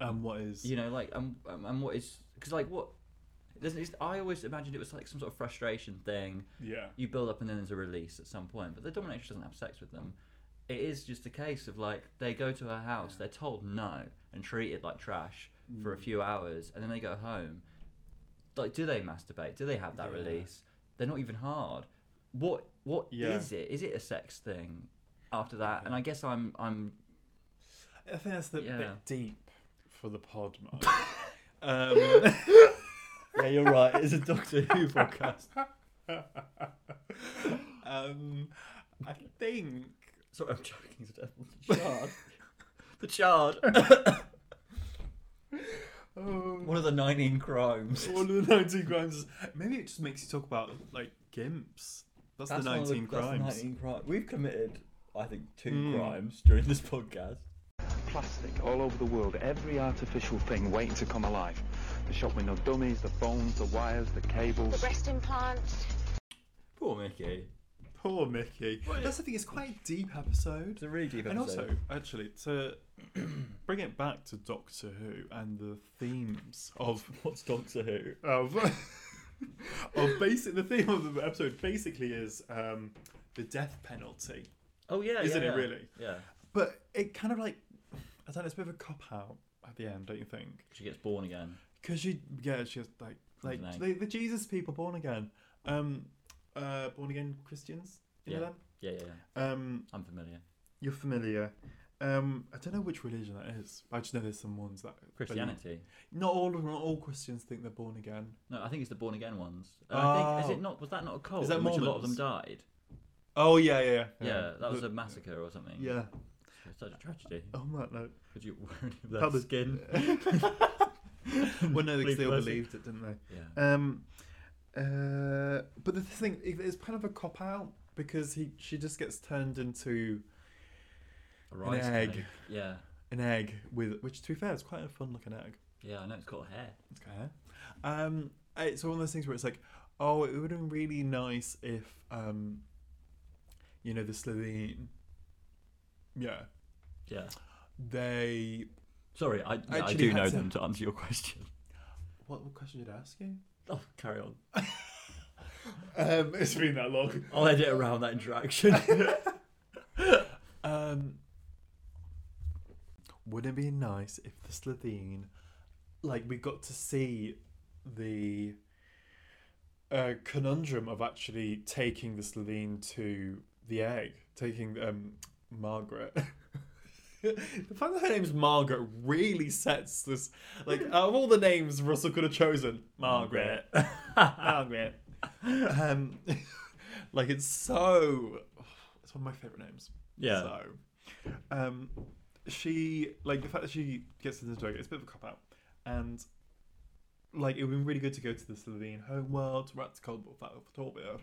Speaker 1: um what is
Speaker 2: you know like and um, and what is because like what there's, it's- i always imagined it was like some sort of frustration thing
Speaker 1: yeah
Speaker 2: you build up and then there's a release at some point. But the dominatrix doesn't have sex with them. It is just a case of like they go to her house, they're told no and treated like trash for
Speaker 1: Mm.
Speaker 2: a few hours, and then they go home. Like, do they masturbate? Do they have that
Speaker 1: Yeah.
Speaker 2: release? They're not even hard. What What is
Speaker 1: Yeah.
Speaker 2: it? Is it a sex thing after that? And I guess I'm I'm
Speaker 1: I think that's the
Speaker 2: Yeah.
Speaker 1: bit deep for the pod, Mark. um,
Speaker 2: yeah you're right. It's a Doctor Who podcast.
Speaker 1: um, I think.
Speaker 2: Sorry, I'm joking. The chard. The chard.
Speaker 1: Oh,
Speaker 2: One of the 19 crimes.
Speaker 1: one of the 19 crimes. is- Maybe it just makes you talk about, like, gimps. That's, the
Speaker 2: one of
Speaker 1: 19
Speaker 2: that's the
Speaker 1: crimes.
Speaker 2: 19 crime- We've committed, I think, two
Speaker 1: Mm.
Speaker 2: crimes during this podcast.
Speaker 3: Plastic all over the world, every artificial thing waiting to come alive. The shop window dummies, the phones, the wires, the
Speaker 4: The
Speaker 3: cables.
Speaker 4: breast implants.
Speaker 2: Poor Mickey.
Speaker 1: Poor Mickey. That's the thing. It's quite a deep episode.
Speaker 5: It's a really deep
Speaker 1: And
Speaker 5: episode.
Speaker 1: also, actually, to bring it back to Doctor Who and the themes of
Speaker 2: What's Doctor Who?
Speaker 1: of, of basic the theme of the episode basically is um, the death penalty,
Speaker 2: Oh yeah,
Speaker 1: isn't
Speaker 2: yeah,
Speaker 1: it
Speaker 2: yeah.
Speaker 1: really?
Speaker 2: Yeah,
Speaker 1: But it kind of like I don't know. It's a bit of a cop out at the end, don't you think?
Speaker 2: she gets born again.
Speaker 1: Because she yeah she's like like
Speaker 2: Don't know.
Speaker 1: the, the Jesus people born again, um, uh, born again Christians. You know
Speaker 2: Yeah, yeah, yeah.
Speaker 1: them? Um,
Speaker 2: I'm familiar.
Speaker 1: you're familiar. Um, I don't know which religion that is. but I just know there's some ones that believe-
Speaker 2: Christianity.
Speaker 1: Not all not all Christians think they're born again.
Speaker 2: No, I think it's the born again ones. Uh, I think, is
Speaker 1: Oh.
Speaker 2: it not? Was that not a cult?
Speaker 1: Is that
Speaker 2: in which a lot of them
Speaker 1: Mormons?
Speaker 2: died.
Speaker 1: Oh yeah, yeah, yeah.
Speaker 2: Yeah, that was a massacre or something.
Speaker 1: yeah.
Speaker 2: It's such a tragedy.
Speaker 1: On that note,
Speaker 2: Could you wear any of that
Speaker 1: Public-
Speaker 2: skin?
Speaker 1: well, no, they
Speaker 2: Please
Speaker 1: still
Speaker 2: mercy.
Speaker 1: believed it, didn't they?
Speaker 2: Yeah.
Speaker 1: Um, uh, but the thing it- it's kind of a cop out because he she just gets turned into
Speaker 2: A rice
Speaker 1: egg.
Speaker 2: cake. Yeah.
Speaker 1: an egg with which, to be fair, is quite a fun looking egg.
Speaker 2: Yeah, I know it's called hair.
Speaker 1: It's got hair. Um, it's one of those things where it's like, oh, it would have been really nice if, um, you know, the Slovene, yeah,
Speaker 2: Yeah.
Speaker 1: they.
Speaker 2: Sorry, I, yeah, I
Speaker 1: Actually
Speaker 2: do
Speaker 1: had
Speaker 2: know
Speaker 1: to-
Speaker 2: them to answer your question.
Speaker 1: What, what question did I ask you?
Speaker 2: Oh, carry on.
Speaker 1: Um, it's been that long.
Speaker 2: I'll edit around that interaction.
Speaker 1: Um, wouldn't it be nice if the Slovene, like, we got to see the uh, conundrum of actually taking the Slovene to the egg, taking um, Margaret. the fact that her name's Margaret really sets this. Like, out of all the names Russell could have chosen, Margaret. Margaret. um, like, it's so. It's one of my favourite names.
Speaker 2: yeah.
Speaker 1: So, um, she like the fact that she gets into Dragon. It's a bit of a cop out, and like it would be really good to go to the Slovene homeworld, to Rat's Cold Torbia,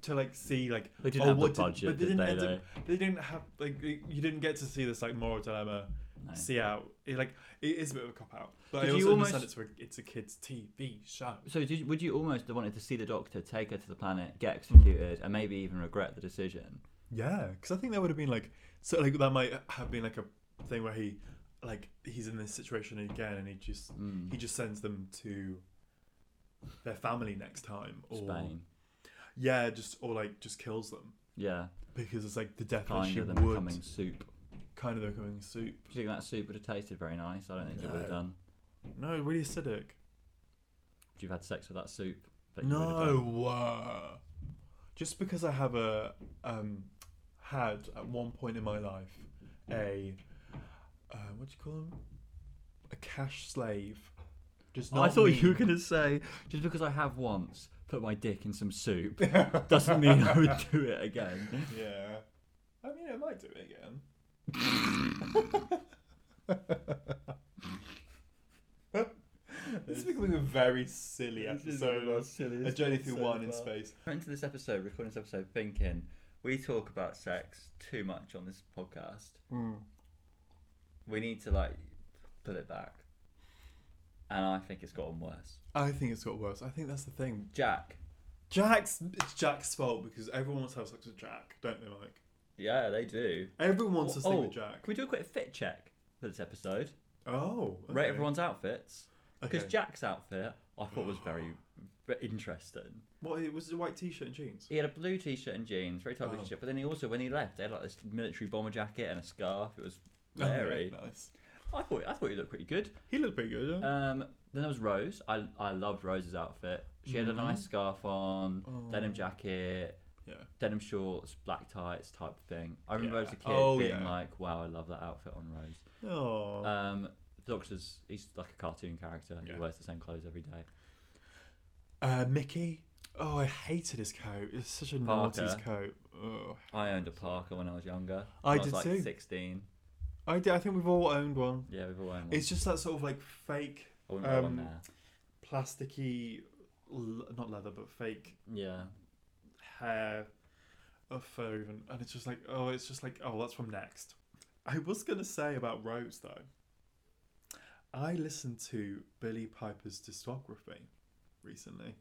Speaker 1: to like see like
Speaker 2: They didn't
Speaker 1: oh,
Speaker 2: have the
Speaker 1: what
Speaker 2: budget,
Speaker 1: but
Speaker 2: did they,
Speaker 1: end up- they didn't have like you didn't get to see this like moral dilemma.
Speaker 2: No.
Speaker 1: See out it, like it is a bit of a cop out, but I
Speaker 2: Did
Speaker 1: also
Speaker 2: you
Speaker 1: understand
Speaker 2: almost-
Speaker 1: it's for it's a kids' TV show.
Speaker 2: So did, you- would you almost have wanted to see the doctor, take her to the planet, get executed, and maybe even regret the decision?
Speaker 1: Yeah, because I think that would have been like so like that might have been like a thing where he like he's in this situation again and he just
Speaker 2: Mm.
Speaker 1: he just sends them to their family next time or
Speaker 2: Spain.
Speaker 1: yeah just or like just kills them
Speaker 2: Yeah.
Speaker 1: because it's like the death that
Speaker 2: Kind
Speaker 1: she
Speaker 2: of them
Speaker 1: would
Speaker 2: becoming soup.
Speaker 1: kind of them coming soup
Speaker 2: Do you think that soup would have tasted very nice? I don't think it would have
Speaker 1: No.
Speaker 2: done.
Speaker 1: no really acidic
Speaker 2: Would you have had sex with that soup? that you would have
Speaker 1: no
Speaker 2: done?
Speaker 1: whoa. just because I have a um had at one point in my life a uh, what do you call them a cash slave just not
Speaker 2: I thought you were
Speaker 1: mean.
Speaker 2: going to say, just because I have once put my dick in some soup doesn't mean I would do it again.
Speaker 1: Yeah. I mean, I might do it again. this is becoming a very silly episode. of A journey through wine in space.
Speaker 2: Went into this episode, recording this episode, thinking we talk about sex too much on this podcast.
Speaker 1: Hmm.
Speaker 2: We need to like pull it back, and I think it's gotten worse.
Speaker 1: I think it's got worse. I think that's the thing.
Speaker 2: Jack,
Speaker 1: Jack's it's Jack's fault because everyone wants to have sex with Jack, don't they, Mike?
Speaker 2: yeah, they do.
Speaker 1: Everyone wants to sleep
Speaker 2: oh,
Speaker 1: with Jack.
Speaker 2: can we do a quick fit check for this episode?
Speaker 1: Oh, okay.
Speaker 2: Rate everyone's outfits because
Speaker 1: Okay.
Speaker 2: Jack's outfit I thought was very very interesting.
Speaker 1: What it was a white t-shirt and jeans.
Speaker 2: He had a blue t-shirt and jeans, very tight blue
Speaker 1: Oh.
Speaker 2: t-shirt. But then he also, when he left, they had like this military bomber jacket and a scarf. It was
Speaker 1: Oh,
Speaker 2: very.
Speaker 1: Okay, nice.
Speaker 2: I thought I thought he looked pretty good.
Speaker 1: He looked pretty good. Yeah?
Speaker 2: Um, then there was Rose. I I loved Rose's outfit. She had a
Speaker 1: Mm-hmm.
Speaker 2: nice scarf on,
Speaker 1: Oh.
Speaker 2: denim jacket,
Speaker 1: yeah.
Speaker 2: denim shorts, black tights type of thing. I remember
Speaker 1: Yeah.
Speaker 2: as a kid
Speaker 1: Oh,
Speaker 2: being
Speaker 1: yeah.
Speaker 2: like, "Wow, I love that outfit on Rose."
Speaker 1: Oh.
Speaker 2: Um, the Doctor's he's like a cartoon character.
Speaker 1: Yeah.
Speaker 2: He wears the same clothes every day.
Speaker 1: Uh, Mickey. Oh, I hated his coat. It's such a naughty's
Speaker 2: Parker.
Speaker 1: coat. Ugh.
Speaker 2: I owned a Parker when I was younger.
Speaker 1: I
Speaker 2: When was
Speaker 1: did
Speaker 2: like
Speaker 1: too.
Speaker 2: Sixteen.
Speaker 1: I did, I think we've all owned one.
Speaker 2: Yeah, we've all owned one.
Speaker 1: It's just that sort of like fake,
Speaker 2: I wouldn't wear one
Speaker 1: um,
Speaker 2: now.
Speaker 1: plasticky, l- not leather, but fake
Speaker 2: Yeah.
Speaker 1: hair of fur even, and it's just like, oh, it's just like, oh, that's from Next. I was gonna say about Rose though. I listened to Billy Piper's discography recently.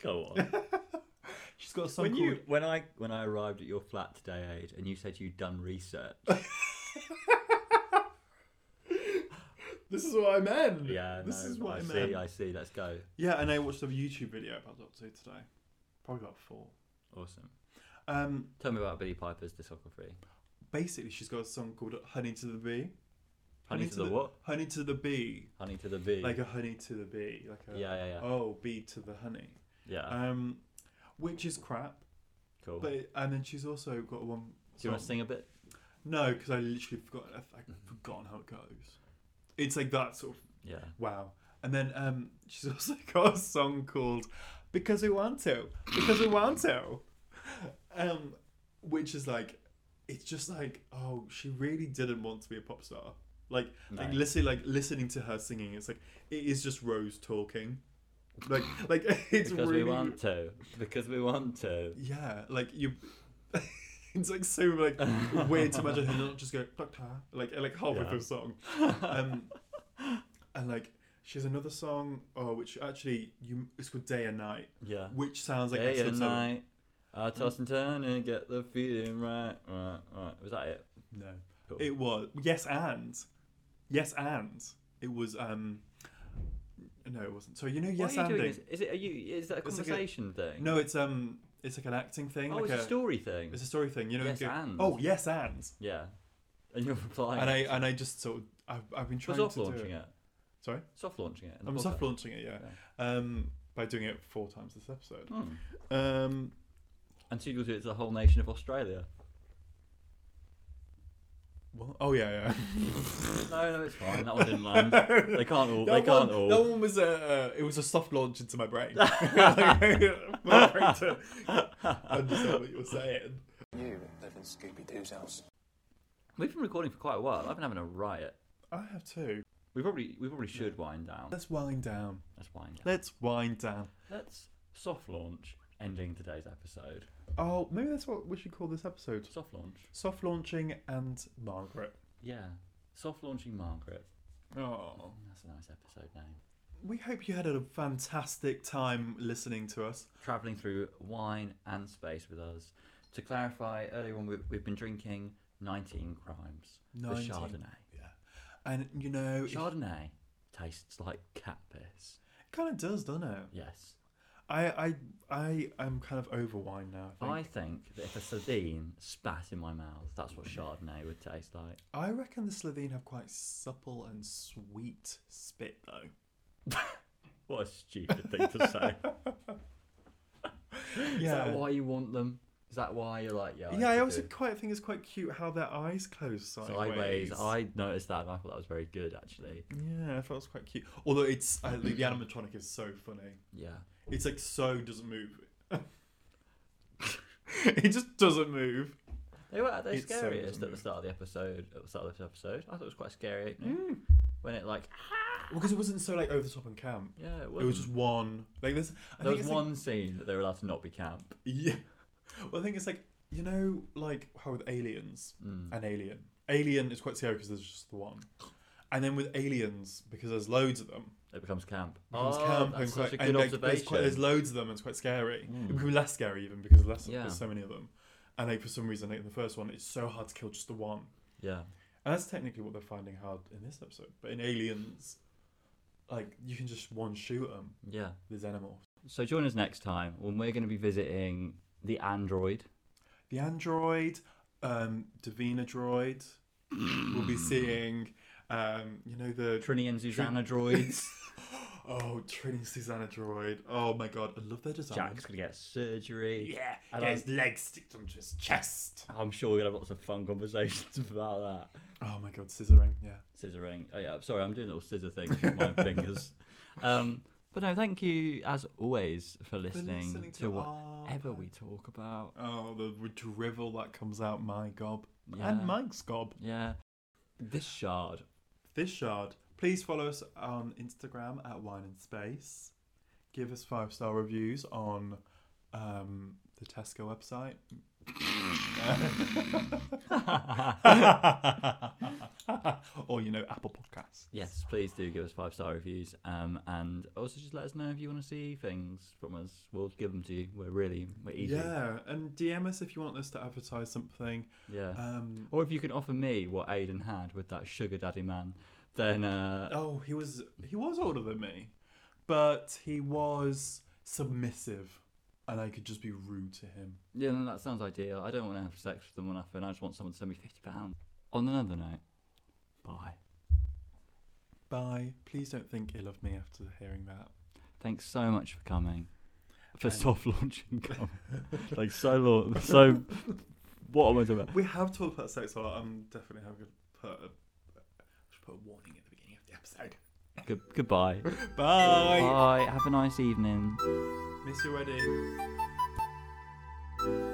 Speaker 2: Go on.
Speaker 1: She's got a song
Speaker 2: when
Speaker 1: called.
Speaker 2: you when I when I arrived at your flat today, Aid, and you said you'd done research.
Speaker 1: This is what I meant.
Speaker 2: yeah,
Speaker 1: this
Speaker 2: no,
Speaker 1: is what I,
Speaker 2: I
Speaker 1: meant.
Speaker 2: see. I see. Let's go.
Speaker 1: Yeah, and I watched a YouTube video about Doctor Who today. Probably about four.
Speaker 2: Awesome.
Speaker 1: Um,
Speaker 2: Tell me about Billy Piper's discography.
Speaker 1: basically, she's got a song called "Honey to the Bee."
Speaker 2: Honey, to the, what?
Speaker 1: Honey to the bee.
Speaker 2: Honey to the bee.
Speaker 1: Like a honey to the bee. Like a
Speaker 2: yeah, yeah, yeah.
Speaker 1: oh bee to the honey.
Speaker 2: yeah.
Speaker 1: Um, which is crap.
Speaker 2: cool.
Speaker 1: But it- and then she's also got one.
Speaker 2: Do you want
Speaker 1: song-
Speaker 2: to sing Mm-hmm. a bit?
Speaker 1: No, because I literally forgot. I've, I've forgotten how it goes. It's like that sort of
Speaker 2: Yeah.
Speaker 1: Wow. And then um, she's also got a song called Because We Want To. Because We Want To. Um, which is like, it's just like, oh, she really didn't want to be a pop star. Like, like
Speaker 2: No.
Speaker 1: listening, like listening to her singing, it's like it is just Rose talking. Like, like it's
Speaker 2: Because
Speaker 1: really,
Speaker 2: we want to. Because we want to.
Speaker 1: yeah. Like you, it's like so like weird to imagine her not just go doctor like like halfway
Speaker 2: Yeah.
Speaker 1: through a song um, and like she has another song, oh, which actually you it's called Day and Night,
Speaker 2: yeah.
Speaker 1: which sounds like
Speaker 2: Day
Speaker 1: episode
Speaker 2: and
Speaker 1: seven.
Speaker 2: night, I toss and turn and get the feeling right, right, right. Was that it?
Speaker 1: No,
Speaker 2: Cool.
Speaker 1: it was yes and yes and it was um no it wasn't. So you know yes
Speaker 2: Why are you
Speaker 1: anding.
Speaker 2: doing this? Is it? Are you? Is that a
Speaker 1: It's like a-
Speaker 2: conversation thing?
Speaker 1: No, it's um it's like an acting thing.
Speaker 2: Oh,
Speaker 1: like
Speaker 2: it's a story thing.
Speaker 1: It's a story thing. You know.
Speaker 2: Yes
Speaker 1: you go,
Speaker 2: and.
Speaker 1: Oh yes and
Speaker 2: Yeah. And you're replying.
Speaker 1: and I and I just sort of I've, I've been
Speaker 2: We're
Speaker 1: trying
Speaker 2: soft
Speaker 1: to do
Speaker 2: launching
Speaker 1: it.
Speaker 2: it.
Speaker 1: Sorry,
Speaker 2: Soft launching it. in the
Speaker 1: I'm
Speaker 2: podcast.
Speaker 1: soft launching it. Yeah. Um, by doing it four times this episode.
Speaker 2: Hmm.
Speaker 1: Um.
Speaker 2: And soon you'll do it to the whole nation of Australia.
Speaker 1: Well, oh yeah,
Speaker 2: No, no, it's fine. That one didn't land.
Speaker 1: yeah.
Speaker 2: They can't all. they
Speaker 1: That
Speaker 2: can't
Speaker 1: one,
Speaker 2: all.
Speaker 1: That one was a. Uh, it was a soft launch into my brain. my brain to understand what you were saying.
Speaker 5: You live in Scooby Doo's house.
Speaker 2: We've been recording for quite a while. I've been having a riot.
Speaker 1: I have too.
Speaker 2: We probably we probably should wind down.
Speaker 1: Let's wind down.
Speaker 2: Let's wind down.
Speaker 1: Let's wind down.
Speaker 2: Let's soft launch ending today's episode.
Speaker 1: Oh, maybe that's what we should call this episode:
Speaker 2: Soft launch.
Speaker 1: soft launching and Margaret.
Speaker 2: Yeah. Soft launching Margaret.
Speaker 1: Oh.
Speaker 2: That's a nice episode name.
Speaker 1: We hope you had a fantastic time listening to us.
Speaker 2: Traveling through wine and space with us. To clarify, earlier on we, we've been drinking 19 crimes. The
Speaker 1: 19.
Speaker 2: Chardonnay.
Speaker 1: And you know, it
Speaker 2: Chardonnay tastes like cat piss.
Speaker 1: kind of does, doesn't it?
Speaker 2: Yes.
Speaker 1: I, I, I am kind of over wine now. I,
Speaker 2: I
Speaker 1: think.
Speaker 2: think that if a sardine spat in my mouth, that's what Chardonnay would taste like.
Speaker 1: I reckon the Slovene have quite supple and sweet spit, though.
Speaker 2: What a stupid thing to say. Is
Speaker 1: Yeah.
Speaker 2: that why you want them? Is that why you're like, yeah?
Speaker 1: yeah, I
Speaker 2: should
Speaker 1: also
Speaker 2: do
Speaker 1: quite think it's quite cute how their eyes close sideways.
Speaker 2: sideways. I noticed that. and I thought that was very good, actually.
Speaker 1: Yeah, I thought it was quite cute. Although it's uh, the the animatronic is so funny.
Speaker 2: Yeah.
Speaker 1: It's like so doesn't move. it just doesn't move.
Speaker 2: They were they
Speaker 1: It's so
Speaker 2: scariest
Speaker 1: doesn't
Speaker 2: at the
Speaker 1: move.
Speaker 2: start of the episode. At the start of this episode, I thought it was quite scary opening
Speaker 1: Mm.
Speaker 2: when it like
Speaker 1: Well, because it wasn't so like over the top and camp.
Speaker 2: yeah it,
Speaker 1: It was
Speaker 2: wasn't.
Speaker 1: just one. Like this. I
Speaker 2: there
Speaker 1: think
Speaker 2: was
Speaker 1: it's
Speaker 2: one scene that they were allowed to not be camp.
Speaker 1: Like, yeah. Well, I think it's like you know, like how with aliens
Speaker 2: Mm.
Speaker 1: and Alien. Alien is quite scary because there's just the one. And then with aliens, because there's loads of them,
Speaker 2: It becomes camp.
Speaker 1: becomes
Speaker 2: oh,
Speaker 1: camp
Speaker 2: that's
Speaker 1: and
Speaker 2: such
Speaker 1: quite,
Speaker 2: a
Speaker 1: and
Speaker 2: good
Speaker 1: like,
Speaker 2: observation.
Speaker 1: there's, quite, there's loads of them and it's quite scary. It
Speaker 2: Mm.
Speaker 1: becomes less scary even because less,
Speaker 2: Yeah.
Speaker 1: there's so many of them. And like for some reason, like in the first one, it's so hard to kill just the one.
Speaker 2: yeah.
Speaker 1: And that's technically what they're finding hard in this episode. But in Aliens, like you can just one shoot them.
Speaker 2: Yeah.
Speaker 1: These animals,
Speaker 2: So join us next time when we're going to be visiting the android.
Speaker 1: the android, um, Davina droid. we'll be seeing, um, you know the
Speaker 2: Trini and Susanna droids.
Speaker 1: oh Trini Susanna droid. Oh my god, I love their design.
Speaker 2: Jack's going to get surgery.
Speaker 1: Yeah,
Speaker 2: I
Speaker 1: get
Speaker 2: like-
Speaker 1: his legs sticked onto his chest.
Speaker 2: I'm sure we're going to have lots of fun conversations about that.
Speaker 1: Oh my god, scissoring. Yeah.
Speaker 2: scissoring. Oh, yeah, sorry, I'm doing little scissor things with my fingers. Um, but no, thank you as always for listening,
Speaker 1: listening
Speaker 2: to,
Speaker 1: to our
Speaker 2: whatever we talk about.
Speaker 1: Oh, the drivel that comes out my gob
Speaker 2: Yeah.
Speaker 1: and Mike's gob.
Speaker 2: Yeah, this shard.
Speaker 1: This shard. Please follow us on Instagram at Wine and Space. Give us five star reviews on um, the Tesco website. or you know, Apple Podcasts.
Speaker 2: Yes, please do give us five star reviews. Um, and also just let us know if you want to see things from us. We'll give them to you. We're really we're easy.
Speaker 1: Yeah, and DM us if you want us to advertise something.
Speaker 2: Yeah.
Speaker 1: Um,
Speaker 2: Uh, or if you can offer me what Aiden had with that sugar daddy man, then uh,
Speaker 1: oh, he was he was older than me, but he was submissive, and I could just be rude to him.
Speaker 2: yeah, no, that sounds ideal. I don't want to have sex with someone after, and I just want someone to send me fifty pounds. On another note, bye.
Speaker 1: Bye. Please don't think ill of me after hearing that.
Speaker 2: Thanks so much for coming. For
Speaker 1: And-
Speaker 2: soft launching, coming. like so long, so. What am I doing?
Speaker 1: We have talked about sex a lot. I'm definitely having to put a, I should put a warning at the beginning of the episode.
Speaker 2: Good, goodbye.
Speaker 1: Bye.
Speaker 2: Bye. Have a nice evening.
Speaker 1: Miss your wedding.